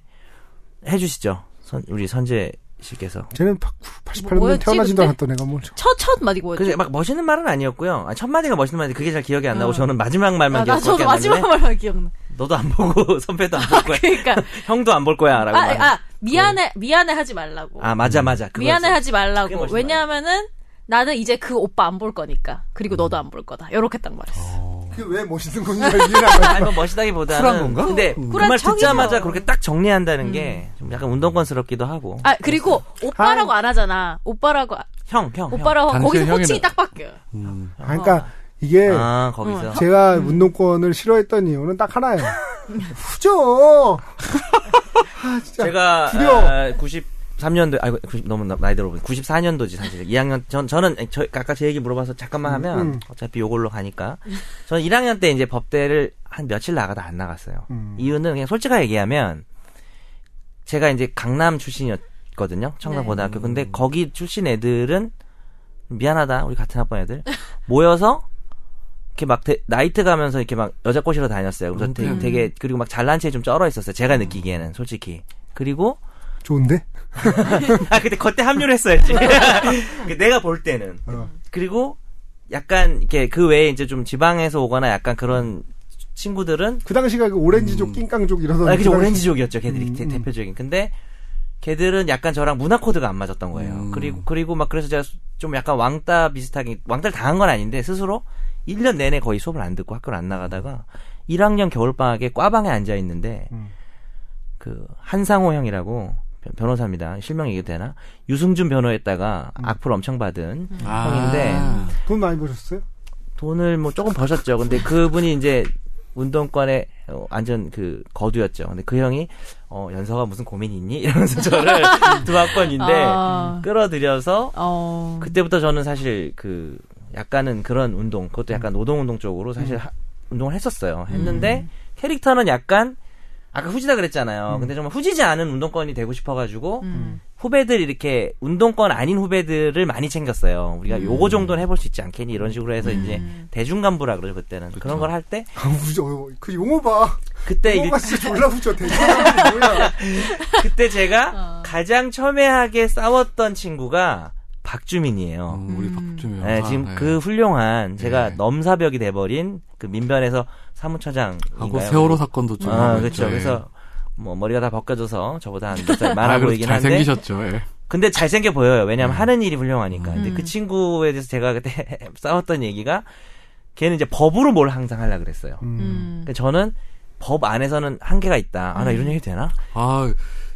해주시죠. 선- 우리 선재 씨께서. 쟤는 뭐였지, 88년 태어나지도 근데? 않았던 애가 뭐. 뭘. 저- 첫 첫 마디 뭐였지? 근데 막 멋있는 말은 아니었고요. 아, 첫 마디가 멋있는 말인데 그게 잘 기억이 안 나고 어. 저는 마지막 말만 아, 나 기억밖에 저도 안 나는데 마지막 말만 기억나. 너도 안 보고 선배도 안 볼 거야. 그러니까 형도 안 볼 거야라고. 아, 아, 아, 미안해 미안해 하지 말라고. 아 맞아 맞아. 그거였어. 미안해 하지 그게 말라고. 멋있는 왜냐하면은 나는 이제 그 오빠 안 볼 거니까. 음. 그리고 너도 안 볼 거다. 요렇게 딱 말했어. 그게 왜 멋있는 건지 이해가 아니 뭐 멋있다기보다는 쿨한 건가? 근데 음. 그 쿨한 말 듣자마자 척이죠. 음. 그렇게 딱 정리한다는 게 좀 약간 운동권스럽기도 하고. 아 그리고 오빠라고 안 하잖아. 오빠라고 아- 형 형. 오빠라고 하고 당신의 거기서 형이네. 호칭이 딱 바뀌어요. 음. 안 나. 어. 그러니까 이게 형. 아 거기서. 제가 운동권을 싫어했던 이유는 딱 하나예요. 후죠. 제가 줄여. 93년도 아이고 90 너무 나- 나이 들어보니 94년도지 사실 2학년 전 저는 저, 아까 제 얘기 물어봐서 잠깐만 하면 음. 어차피 요걸로 가니까 저는 1학년 때 이제 법대를 한 며칠 나가다 안 나갔어요. 음. 이유는 그냥 솔직하게 얘기하면 제가 이제 강남 출신이었거든요 청담고등학교 근데 거기 출신 애들은 미안하다 우리 같은 학번 애들 모여서 이렇게 막 데- 나이트 가면서 이렇게 막 여자 꼬시러 다녔어요. 그래서 되게, 되게- 그리고 막 잘난 체에 좀 쩔어 있었어요. 제가 느끼기에는 솔직히 그리고 좋은데? 아 그때 그때 합류를 했어야지. 그 내가 볼 때는 어. 그리고 약간 이렇게 그 외에 이제 좀 지방에서 오거나 약간 그런 친구들은 그 당시가 그 오렌지족, 낑깡족 이러던. 아, 그 그죠. 당시- 오렌지족이었죠. 걔들이 음, 대- 음. 대표적인. 근데 걔들은 약간 저랑 문화 코드가 안 맞았던 거예요. 음. 그리고 그리고 막 그래서 제가 좀 약간 왕따 비슷하게 왕따를 당한 건 아닌데 스스로 1년 내내 거의 수업을 안 듣고 학교를 안 나가다가 1학년 겨울 방학에 과방에 앉아 있는데 음. 그 한상호 형이라고 변- 변호사입니다. 실명 얘기도 되나? 유승준 변호했다가 음. 악플 엄청 받은 형인데 아. 돈 많이 버셨어요? 돈을 뭐 조금 버셨죠. 근데 그분이 이제 운동권의 어, 완전 그 거두였죠. 근데 그 형이 어 연서가 무슨 고민이 있니? 이러면서 저를 두 학번인데 음. 아. 끌어들여서 어. 그때부터 저는 사실 그 약간은 그런 운동, 그것도 약간 노동운동 쪽으로 사실 하- 운동을 했었어요. 했는데 캐릭터는 약간 아까 후지다 그랬잖아요. 근데 정말 후지지 않은 운동권이 되고 싶어가지고 음, 후배들 이렇게 운동권 아닌 후배들을 많이 챙겼어요. 우리가 음. 요거 정도는 해볼 수 있지 않겠니 이런 식으로 해서 이제 대중간부라 그러죠 그때는 그런 걸 할 때 아, 후저, 그 용어 봐. 그때 일- 용어가 진짜 졸라 후져. 대단한 뭐야. 그때 제가 어. 가장 첨예하게 싸웠던 친구가 박주민이에요. 음, 우리 박주미 네, 형사. 지금 네. 그 훌륭한 제가 예. 넘사벽이 돼버린 그 민변에서 하고 사무처장인가요? 아, 세월호 사건도 좀 아, 하고 그렇죠. 있죠. 예. 그래서 뭐 머리가 다 벗겨져서 저보다 한 몇살 아, 많아 그래도 보이긴 한데 잘생기셨죠. 예. 근데 잘생겨 보여요. 왜냐하면 음. 하는 일이 훌륭하니까. 근데 그 친구에 대해서 제가 그때 싸웠던 얘기가 걔는 이제 법으로 뭘 항상 하려 그랬어요. 음. 음. 근데 저는 법 안에서는 한계가 있다. 음. 아, 나 이런 얘기 해도 되나? 아,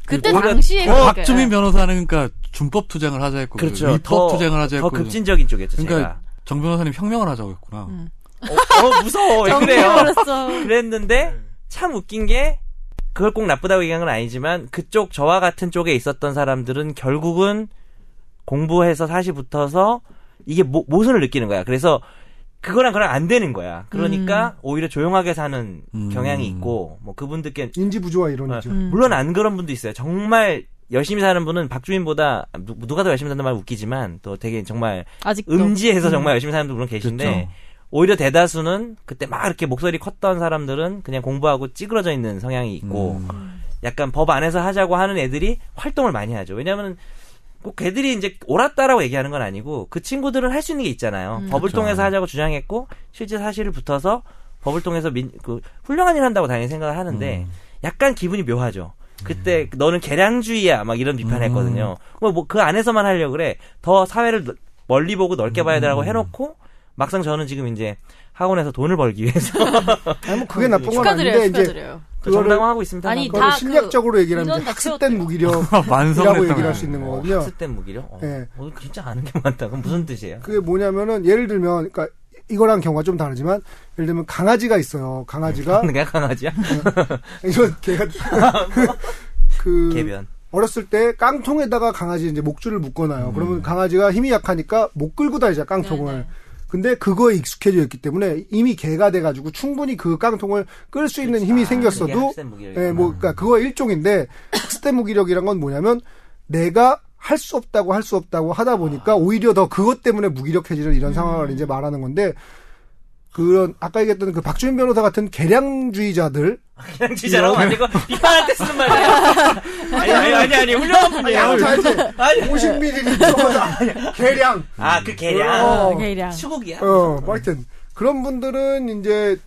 그때 뭐- 당시에 어, 그러니까- 박주민 변호사는 그러니까 준법 투쟁을 하자 했고 그렇죠. 위법 더- 투쟁을 하자 더 했고 급진적인 쪽이었죠. 그러니까 정 변호사님 혁명을 하자고 했구나. 음. 제가. 어, 어, 무서워. 왜 그래요? 정리해버렸어. 그랬는데 참 웃긴 게 그걸 꼭 나쁘다고 얘기한 건 아니지만 그쪽 저와 같은 쪽에 있었던 사람들은 결국은 공부해서 사시 붙어서 이게 모, 모순을 느끼는 거야. 그래서 그거랑 그랑 안 되는 거야. 그러니까 오히려 조용하게 사는 음. 경향이 있고 뭐 그분들께 인지 부조화 아. 이론이죠. 음. 물론 안 그런 분도 있어요. 정말 열심히 사는 분은 박주민보다 누, 누가 더 열심히 산다는 말 웃기지만 또 되게 정말 아직도. 음지에서 정말 열심히 사는 분은 계신데 그렇죠. 오히려 대다수는 그때 막 이렇게 목소리 컸던 사람들은 그냥 공부하고 찌그러져 있는 성향이 있고 음. 약간 법 안에서 하자고 하는 애들이 활동을 많이 하죠. 왜냐하면 꼭 걔들이 이제 옳았다라고 얘기하는 건 아니고 그 친구들은 할 수 있는 게 있잖아요. 법을 그렇죠. 통해서 하자고 주장했고 실제 사실을 붙어서 법을 통해서 민, 그 훌륭한 일 한다고 당연히 생각을 하는데 음. 약간 기분이 묘하죠. 그때 너는 개량주의야 막 이런 비판했거든요. 음. 뭐 그 안에서만 하려 고 그래. 더 사회를 넓- 멀리 보고 넓게 봐야 되라고 음. 해놓고 막상 저는 지금 이제 학원에서 돈을 벌기 위해서 아니, 뭐 그게 나쁜 건 아닌데 축하드려요, 이제 축하드려요. 그거를 정당화하고 있습니다. 아니, 그거를 다 그- 심리학적으로 얘기를 하면 이제 이건 다 학습된 채웠대요. 무기력이라고 완성을 얘기를 아, 했다는 할 수 있는 거거든요. 학습 된 무기력? 어, 예. 어, 진짜 아는 게 많다. 그럼 무슨 뜻이에요? 그게 뭐냐면은 예를 들면 그러니까 이거랑 경우가 좀 다르지만 예를 들면 강아지가 있어요. 강아지가 내가 강아지야? 이건 개가 그 개변. 어렸을 때 깡통에다가 강아지 이제 목줄을 음. 묶어놔요. 그러면 강아지가 힘이 약하니까 못 끌고 다니죠 깡통을. 네, 근데 그거에 익숙해져 있기 때문에 이미 개가 돼가지고 충분히 그 깡통을 끌 수 있는 힘이 아, 그게 생겼어도 학습된 무기력이구나. 예, 뭐, 그니까 그거 일종인데, 학습대 무기력이란 건 뭐냐면, 내가 할 수 없다고 할 수 없다고 하다 아. 보니까 오히려 더 그것 때문에 무기력해지는 음. 이런 상황을 이제 말하는 건데, 그런, 아까 얘기했던 그 박주민 변호사 같은 계량주의자들, 개량주의자라고 안 되고 비판할 때 쓰는 말이에요. 아니 아니 아니 아니 훌륭한 분이에요. 자, 이제 네. 아니 50ml 정도다. 계량. 아 그 개량 어. 그냥 수국이야? 어, 뭐 하여튼 그런 분들은 이제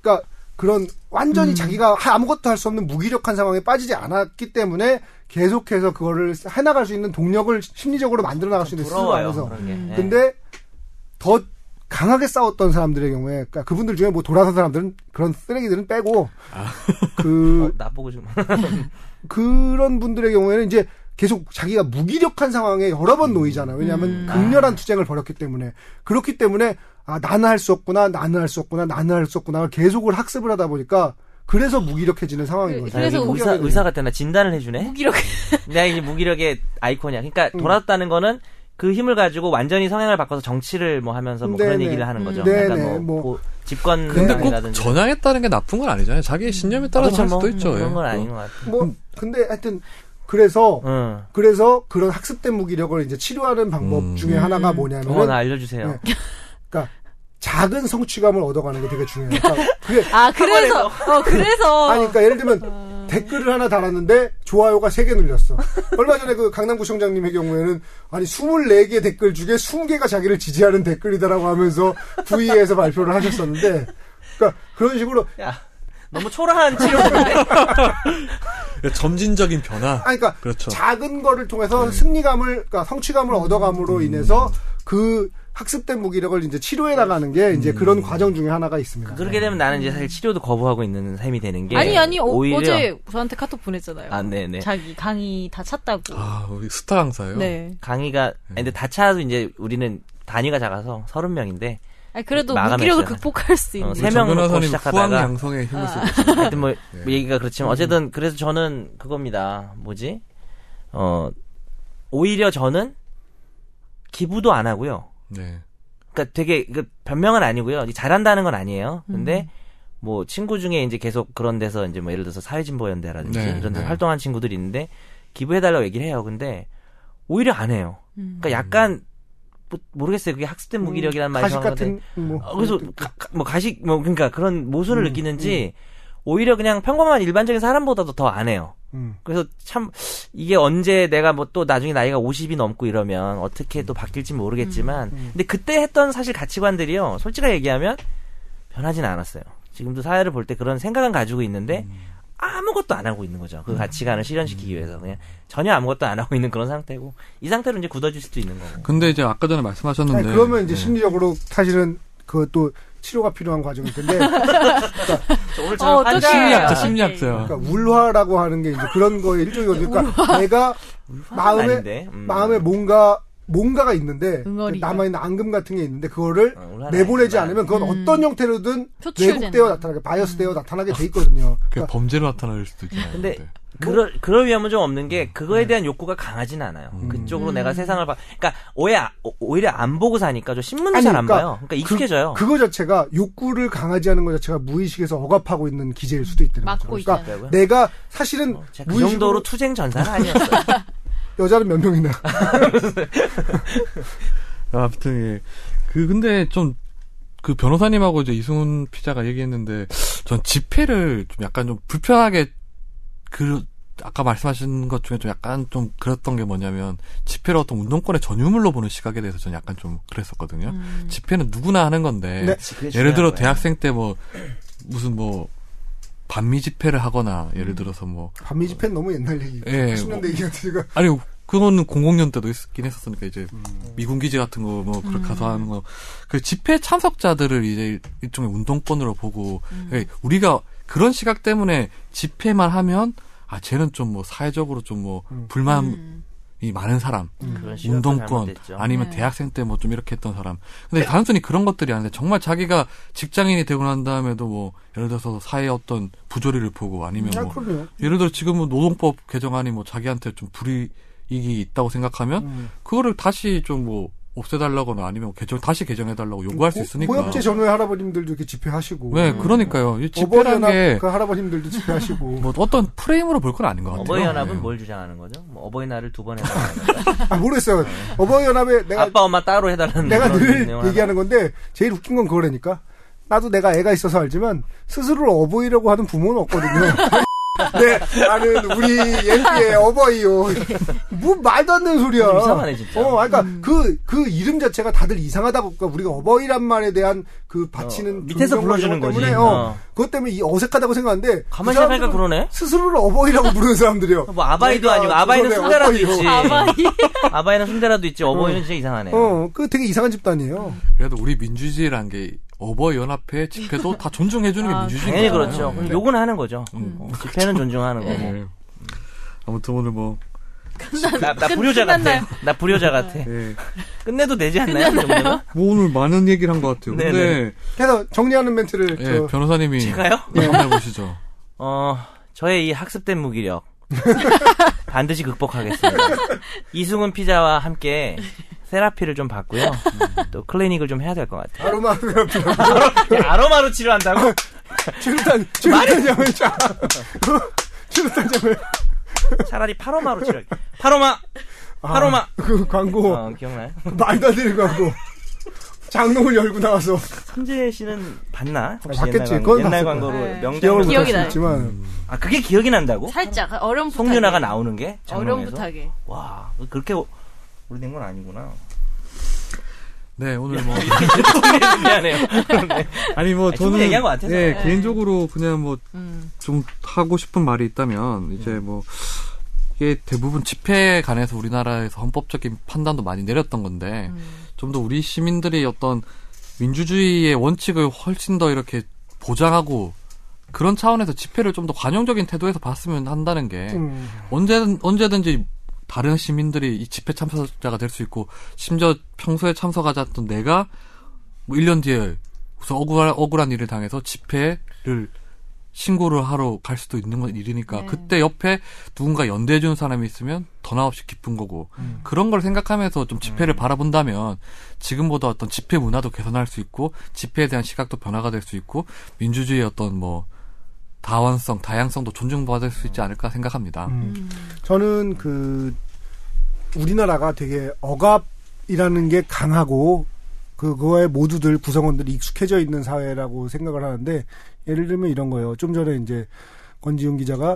그러니까 그런 완전히 음. 자기가 하- 아무것도 할 수 없는 무기력한 상황에 빠지지 않았기 때문에 계속해서 그거를 해나갈 수 있는 동력을 심리적으로 만들어 나갈 수 있는 스스로 부러워요. 안에서. 그런 게. 예. 근데 더 강하게 싸웠던 사람들의 경우에 그러니까 그분들 중에 뭐 돌아선 사람들은 그런 쓰레기들은 빼고 그 아. 어, 나보고 좀 그런 분들의 경우에는 이제 계속 자기가 무기력한 상황에 여러 번 놓이잖아요. 왜냐하면 극렬한 투쟁을 벌였기 때문에 그렇기 때문에 아 나는 할 수 없구나, 나는 할 수 없구나, 나는 할 수 없구나 계속을 학습을 하다 보니까 그래서 무기력해지는 상황인 거죠. 그래서 여기 네, 의사 의사 같은 나 진단을 해주네. 무기력. 내가 이제 무기력의 아이콘이야. 그러니까 돌아섰다는 거는 그 힘을 가지고 완전히 성향을 바꿔서 정치를 뭐 하면서 뭐 그런 네네. 얘기를 하는 거죠. 음. 그러니까 네네, 뭐, 뭐. 고- 집권 근데 꼭 정당이라든지. 전향했다는 게 나쁜 건 아니잖아요. 자기의 신념에 따라서 할 뭐 수도 있죠. 그런 예. 건 아닌 것 같아. 뭐 근데 하여튼 그래서 응. 어, 그래서 그런 학습된 무기력을 이제 치료하는 방법 음. 중에 하나가 어, 나 뭐냐면 알려주세요. 그러니까 작은 성취감을 얻어가는 게 되게 중요해요. 그러니까 그게 아, 그래서, 어, 그래서. 아니, 그러니까 예를 어. 들면 댓글을 하나 달았는데 좋아요가 3개 눌렸어. 얼마 전에 그 강남구청장님의 경우에는 아니 24개 댓글 중에 20개가 자기를 지지하는 댓글이다라고 하면서 부의에서 발표를 하셨었는데 그러니까 그런 식으로 야, 너무 초라한 치료인데. 예, 점진적인 변화. 아니 그러니까 그렇죠. 네. 작은 거를 통해서 승리감을 그러니까 성취감을 음. 얻어감으로 인해서 그 학습된 무기력을 이제 치료해 나가는 게 이제 그런 음. 과정 중에 하나가 있습니다. 그렇게 되면 나는 이제 사실 치료도 거부하고 있는 셈이 되는 게. 아니, 아니, 어, 예. 오히려- 어제 저한테 카톡 보냈잖아요. 아, 네네. 자기 강의 다 찼다고. 아, 우리 스타 강사예요. 네. 강의가, 아니, 근데 다 차도 이제 우리는 단위가 작아서 30명인데, 아니, 그래도 마감했어요. 무기력을 극복할 수 어, 있는. 우리 세 정 명 놓고 변호사님 후황 시작하다가 양성에 힘을 쓰고 있어요. 하여튼 뭐, 뭐 얘기가 그렇지만 어쨌든 그래서 저는 그겁니다. 뭐지? 어 오히려 저는 기부도 안 하고요. 네. 그러니까 되게 그 변명은 아니고요. 잘한다는 건 아니에요. 음. 근데 뭐 친구 중에 이제 계속 그런 데서 이제 뭐 예를 들어서 사회진보연대라든지 네, 이런 데서 네. 활동한 친구들이 있는데 기부해달라고 얘기를 해요. 근데 오히려 안 해요. 음. 그러니까 약간 뭐- 모르겠어요. 그게 학습된 무기력이라는 음. 네. 말이 가식 정확한데 같은 뭐 어, 그래서 가- 가- 뭐 가식 뭐 그러니까 그런 모순을 음, 느끼는지 오히려 그냥 평범한 일반적인 사람보다도 더 안 해요. 음. 그래서 참 이게 언제 내가 뭐 또 나중에 나이가 50이 넘고 이러면 어떻게 또 바뀔지 음, 모르겠지만 근데 그때 했던 사실 가치관들이요. 솔직하게 얘기하면 변하진 않았어요. 지금도 사회를 볼 때 그런 생각은 가지고 있는데 음. 아무것도 안 하고 있는 거죠. 그 가치관을 실현시키기 위해서 그냥 전혀 아무것도 안 하고 있는 그런 상태고 이 상태로 이제 굳어질 수도 있는 거고. 근데 이제 아까 전에 아니, 말씀하셨는데 그러면 이제 네. 심리적으로 사실은 그것도 치료가 필요한 과정일 텐데 오늘 저는 어, 환자- 어떡해. 심리학자 아, 심리학자 그러니까 울화라고 하는 게 이제 그런 거의 일종이거든요. 그러니까 내가 마음에 아닌데. 음. 마음에 뭔가 뭔가가 있는데 응어리가. 남아 있는 앙금 같은 게 있는데 그거를 어, 울화는 내보내지 않으면 아니지만. 그건 어떤 형태로든 표출되는 왜곡되어 나타나게 바이어스되어 나타나게 돼 있거든요. 그게 그러니까 범죄로 나타날 수도 있잖아요. 근데 네. 그럴 그럴 위험은 좀 없는 음. 게 그거에 대한 욕구가 강하지는 않아요. 그쪽으로 내가 세상을 봐. 그러니까 오해 아- 오- 오히려 안 보고 사니까 저 신문도 아니, 잘 안 그러니까 봐요. 그러니까 익숙해져요. 그거 자체가 욕구를 강하지 않은 것 자체가 무의식에서 억압하고 있는 기제일 수도 있다는 거죠. 막고 그러니까 있잖아요. 내가 사실은 어, 제가 그 무의식으로 정도로 투쟁 전사는 아니었어요. 여자는 몇 명이나 아무튼 예. 그 근데 좀 그 변호사님하고 이제 이승훈 피자가 얘기했는데 전 집회를 좀 약간 좀 불편하게 그 아까 말씀하신 것 중에 좀 약간 좀 그랬던 게 뭐냐면 집회를 어떤 운동권의 전유물로 보는 시각에 대해서 저는 약간 좀 그랬었거든요. 음. 집회는 누구나 하는 건데 음. 네. 예를 들어 중요한 거예요. 대학생 때 뭐 무슨 뭐 반미 집회를 하거나 예를 들어서 뭐 반미 집회 는 너무 옛날 얘기. 예, 80년대 얘기한테가 아니 그거는 00년 때도 있긴 했었으니까 이제 미군 기지 같은 거 뭐 그렇게 가서 하는 거 그 집회 참석자들을 이제 일종의 운동권으로 보고 그러니까 우리가 그런 시각 때문에 집회만 하면 아 쟤는 좀 뭐 사회적으로 좀 뭐 불만이 음. 많은 사람 그런 시각도 운동권 잘못됐죠. 네. 아니면 네. 대학생 때 뭐 좀 이렇게 했던 사람 근데 단순히 그런 것들이 아닌데 정말 자기가 직장인이 되고 난 다음에도 뭐 예를 들어서 사회 어떤 부조리를 보고 아니면 아, 뭐 그럼요. 예를 들어 지금은 뭐 노동법 개정안이 뭐 자기한테 좀 불이익이 있다고 생각하면 음. 그거를 다시 좀 뭐 없애달라거나 아니면 뭐 개정 다시 개정해달라고 요구할 수 고- 있으니까. 고엽제 전후에 할아버님들도 이렇게 집회하시고. 네, 음. 그러니까요. 이 집회란 어버이연합 게 그 할아버님들도 집회하시고. 뭐 어떤 프레임으로 볼 건 아닌 뭐 것 같아요. 어버이연합은 네. 뭘 주장하는 거죠? 뭐 어버이날을 두 번 해달라는 아, 네. 모르겠어요. 어버이연합에 내가, 아빠 엄마 따로 해달라는 내가 음, 그런 늘 내용을 얘기하는 건데, 제일 웃긴 건 그거라니까. 나도 내가 애가 있어서 알지만, 스스로를 어버이라고 하는 부모는 없거든요. 네, 나는 우리 예비의 어버이요. 뭐 말도 안 되는 소리야. 좀 이상하네, 진짜. 음. 어, 그러니까 그, 그 이름 자체가 다들 이상하다고, 그러니까 우리가 어버이란 말에 대한 그 바치는. 어, 밑에서 존경과 불러주는 그런 것 때문에, 거지. 어, 어. 그것 때문에 이 어색하다고 생각하는데. 가만히 그 생각하니까 사람들은 그러네? 스스로를 어버이라고 부르는 사람들이요. 뭐 아바이도 내가 아니고 아바이는 죄송해요, 순대라도 어버이요. 있지. 아바이. 아바이는 순대라도 있지. 어버이는 진짜 이상하네. 요 어, 그 되게 이상한 집단이에요. 그래도 우리 민주주의란 게 어버이연합회 집회도 다 존중해주는 게 네. 아, 민주주의. 당연히 그러니까. 그렇죠. 음. 그럼 욕은 하는 거죠. 음. 어, 집회는 존중하는 거고. 예. 네. 아무튼 오늘 뭐 나, 나 음. 불효자 같아. 끝났나요? 나 불효자 같아. 예. 끝내도 되지 않나요? 이 정도면? 뭐 오늘 많은 얘기를 한 것 같아요. 근데 그래서 정리하는 멘트를 네, 예, 저 변호사님이 제가요? 한번 해보시죠. 어, 저의 이 학습된 무기력 반드시 극복하겠습니다. 이승훈 피자와 함께 세라피를 좀 받고요. 음, 또 클리닉을 좀 해야 될 것 같아요. 아로마 테라피라고 야, 아로마로 치료한다고? 최루탄 최루탄 양을 쫙그 최루탄 양을 차라리 파로마로 치료할게. 파로마! 파로마! 그 광고 어, 기억나요? 말도 안 되는 광고 장롱을 열고 나와서 삼재 씨는 봤나? 혹시 봤겠지. 옛날, 광고, 그건 옛날 봤을 거야. 광고로 네. 명장. 기억을 못할 기억이 수 나요. 있지만 아, 그게 기억이 난다고? 살짝 어렴풋하게. 송윤아가 나오는 게? 장롱에서? 어렴풋하게. 와, 그렇게 오래된 건 아니구나. 네 오늘 뭐 미안해요. 아니 뭐 아니, 충분히 저는 얘기한 것 같아서. 예, 네. 개인적으로 그냥 음. 뭐 좀 하고 싶은 말이 있다면 이제 뭐 이게 대부분 집회에 관해서 우리나라에서 헌법적인 판단도 많이 내렸던 건데 음. 좀 더 우리 시민들이 어떤 민주주의의 원칙을 훨씬 더 이렇게 보장하고 그런 차원에서 집회를 좀 더 관용적인 태도에서 봤으면 한다는 게 음, 언제든 언제든지 다른 시민들이 이 집회 참석자가 될 수 있고 심지어 평소에 참석하자던 내가 뭐 1년 뒤에 무슨 억울한 억울한 일을 당해서 집회를 신고를 하러 갈 수도 있는 건 일이니까 네. 그때 옆에 누군가 연대해 주는 사람이 있으면 더 나없이 기쁜 거고 그런 걸 생각하면서 좀 집회를 바라본다면 지금보다 어떤 집회 문화도 개선할 수 있고 집회에 대한 시각도 변화가 될 수 있고 민주주의의 어떤 뭐 다원성, 다양성도 존중받을 수 있지 않을까 생각합니다. 음. 저는 그 우리나라가 되게 억압이라는 게 강하고 그거에 모두들 구성원들이 익숙해져 있는 사회라고 생각을 하는데 예를 들면 이런 거예요. 좀 전에 이제 권지윤 기자가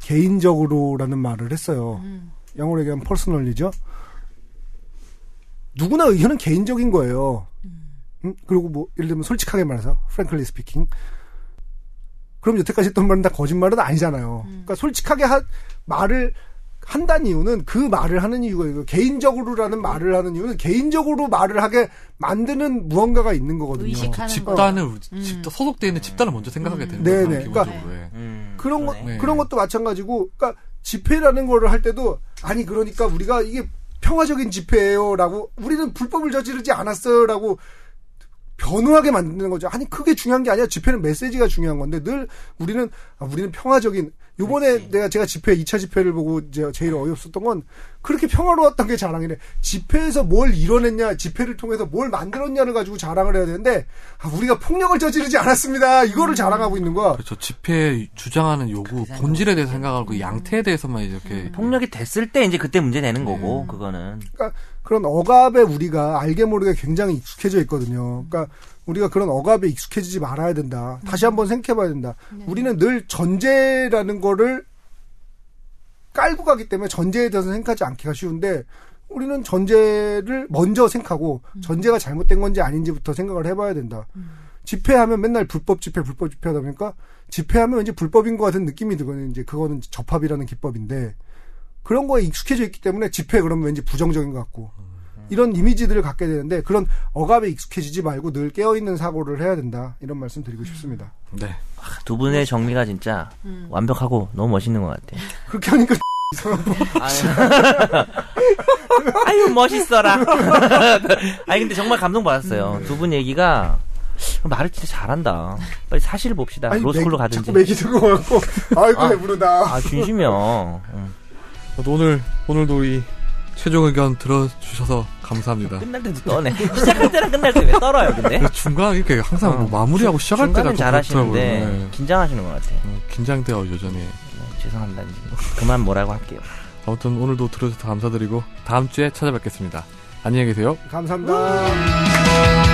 개인적으로라는 말을 했어요. 음. 영어로 얘기하면 퍼스널리죠. 누구나 의견은 개인적인 거예요. 음? 그리고 뭐 예를 들면 솔직하게 말해서 프랭클리 스피킹 그럼 여태까지 했던 말은 다 거짓말은 아니잖아요. 음. 그러니까 솔직하게 하- 말을 한다는 이유는 그 말을 하는 이유가 이거 개인적으로라는 말을 하는 이유는 개인적으로 말을 하게 만드는 무언가가 있는 거거든요. 의식하는 집단을 거. 우리- 집단 소속돼 있는 집단을 먼저 생각하게 되는 네네. 거죠 기본적으로. 예. 음, 그런 거, 그러네. 네. 그런 것도 마찬가지고, 그러니까 집회라는 거를 할 때도 아니 그러니까 우리가 이게 평화적인 집회예요라고 우리는 불법을 저지르지 않았어요라고 변호하게 만드는 거죠. 아니 그게 중요한 게 아니야. 집회는 메시지가 중요한 건데 늘 우리는 아, 우리는 평화적인. 요번에 내가 제가 집회 2차 집회를 보고 이제 제일 어이없었던 건 그렇게 평화로웠던 게 자랑이래. 집회에서 뭘 이뤄냈냐, 집회를 통해서 뭘 만들었냐를 가지고 자랑을 해야 되는데 아, 우리가 폭력을 저지르지 않았습니다. 이거를 음. 자랑하고 있는 거야. 그렇죠. 집회 주장하는 요구 본질에 대해 서 생각하고 그 양태에 대해서만 이렇게 폭력이 됐을 때 이제 그때 문제 되는 거고 그거는 그러니까 그런 억압에 우리가 알게 모르게 굉장히 익숙해져 있거든요. 그러니까 우리가 그런 억압에 익숙해지지 말아야 된다. 다시 한번 생각해봐야 된다. 우리는 늘 전제라는 거를 깔고 가기 때문에 전제에 대해서 생각하지 않기가 쉬운데 우리는 전제를 먼저 생각하고 전제가 잘못된 건지 아닌지부터 생각을 해봐야 된다. 집회하면 맨날 불법 집회, 불법 집회 하다 보니까 집회하면 왠지 불법인 것 같은 느낌이 들거든요. 이제 그거는 접합이라는 기법인데 그런 거에 익숙해져 있기 때문에 집회 그러면 왠지 부정적인 것 같고 이런 이미지들을 갖게 되는데 그런 억압에 익숙해지지 말고 늘 깨어있는 사고를 해야 된다 이런 말씀 드리고 싶습니다. 네. 두 분의 정리가 진짜 완벽하고 너무 멋있는 것 같아. 그렇게 하니까 아유 멋있어라. 음. 아니 근데 정말 감동 받았어요. 두 분 얘기가 말을 진짜 잘한다. 빨리 사실 봅시다. 아니, 로스쿨로 맥- 가든지. 자꾸 맥이 들어와갖고 아이고 아. 배부르다. 아 진심이야. 음. 오늘 오늘도 이 최종 의견 들어주셔서 감사합니다. 끝날 때도 떠네. 시작할 때랑 끝날 때 왜 떨어요 근데? 중간 이렇게 항상 어. 뭐 마무리하고 시작할 때가 중간은 좀 그렇더라고요. 잘하시는데 네. 긴장하시는 것 같아. 어, 긴장돼요 여전히. 죄송합니다. 이제. 그만 뭐라고 할게요. 아무튼 오늘도 들어주셔서 감사드리고 다음 주에 찾아뵙겠습니다. 안녕히 계세요. 감사합니다.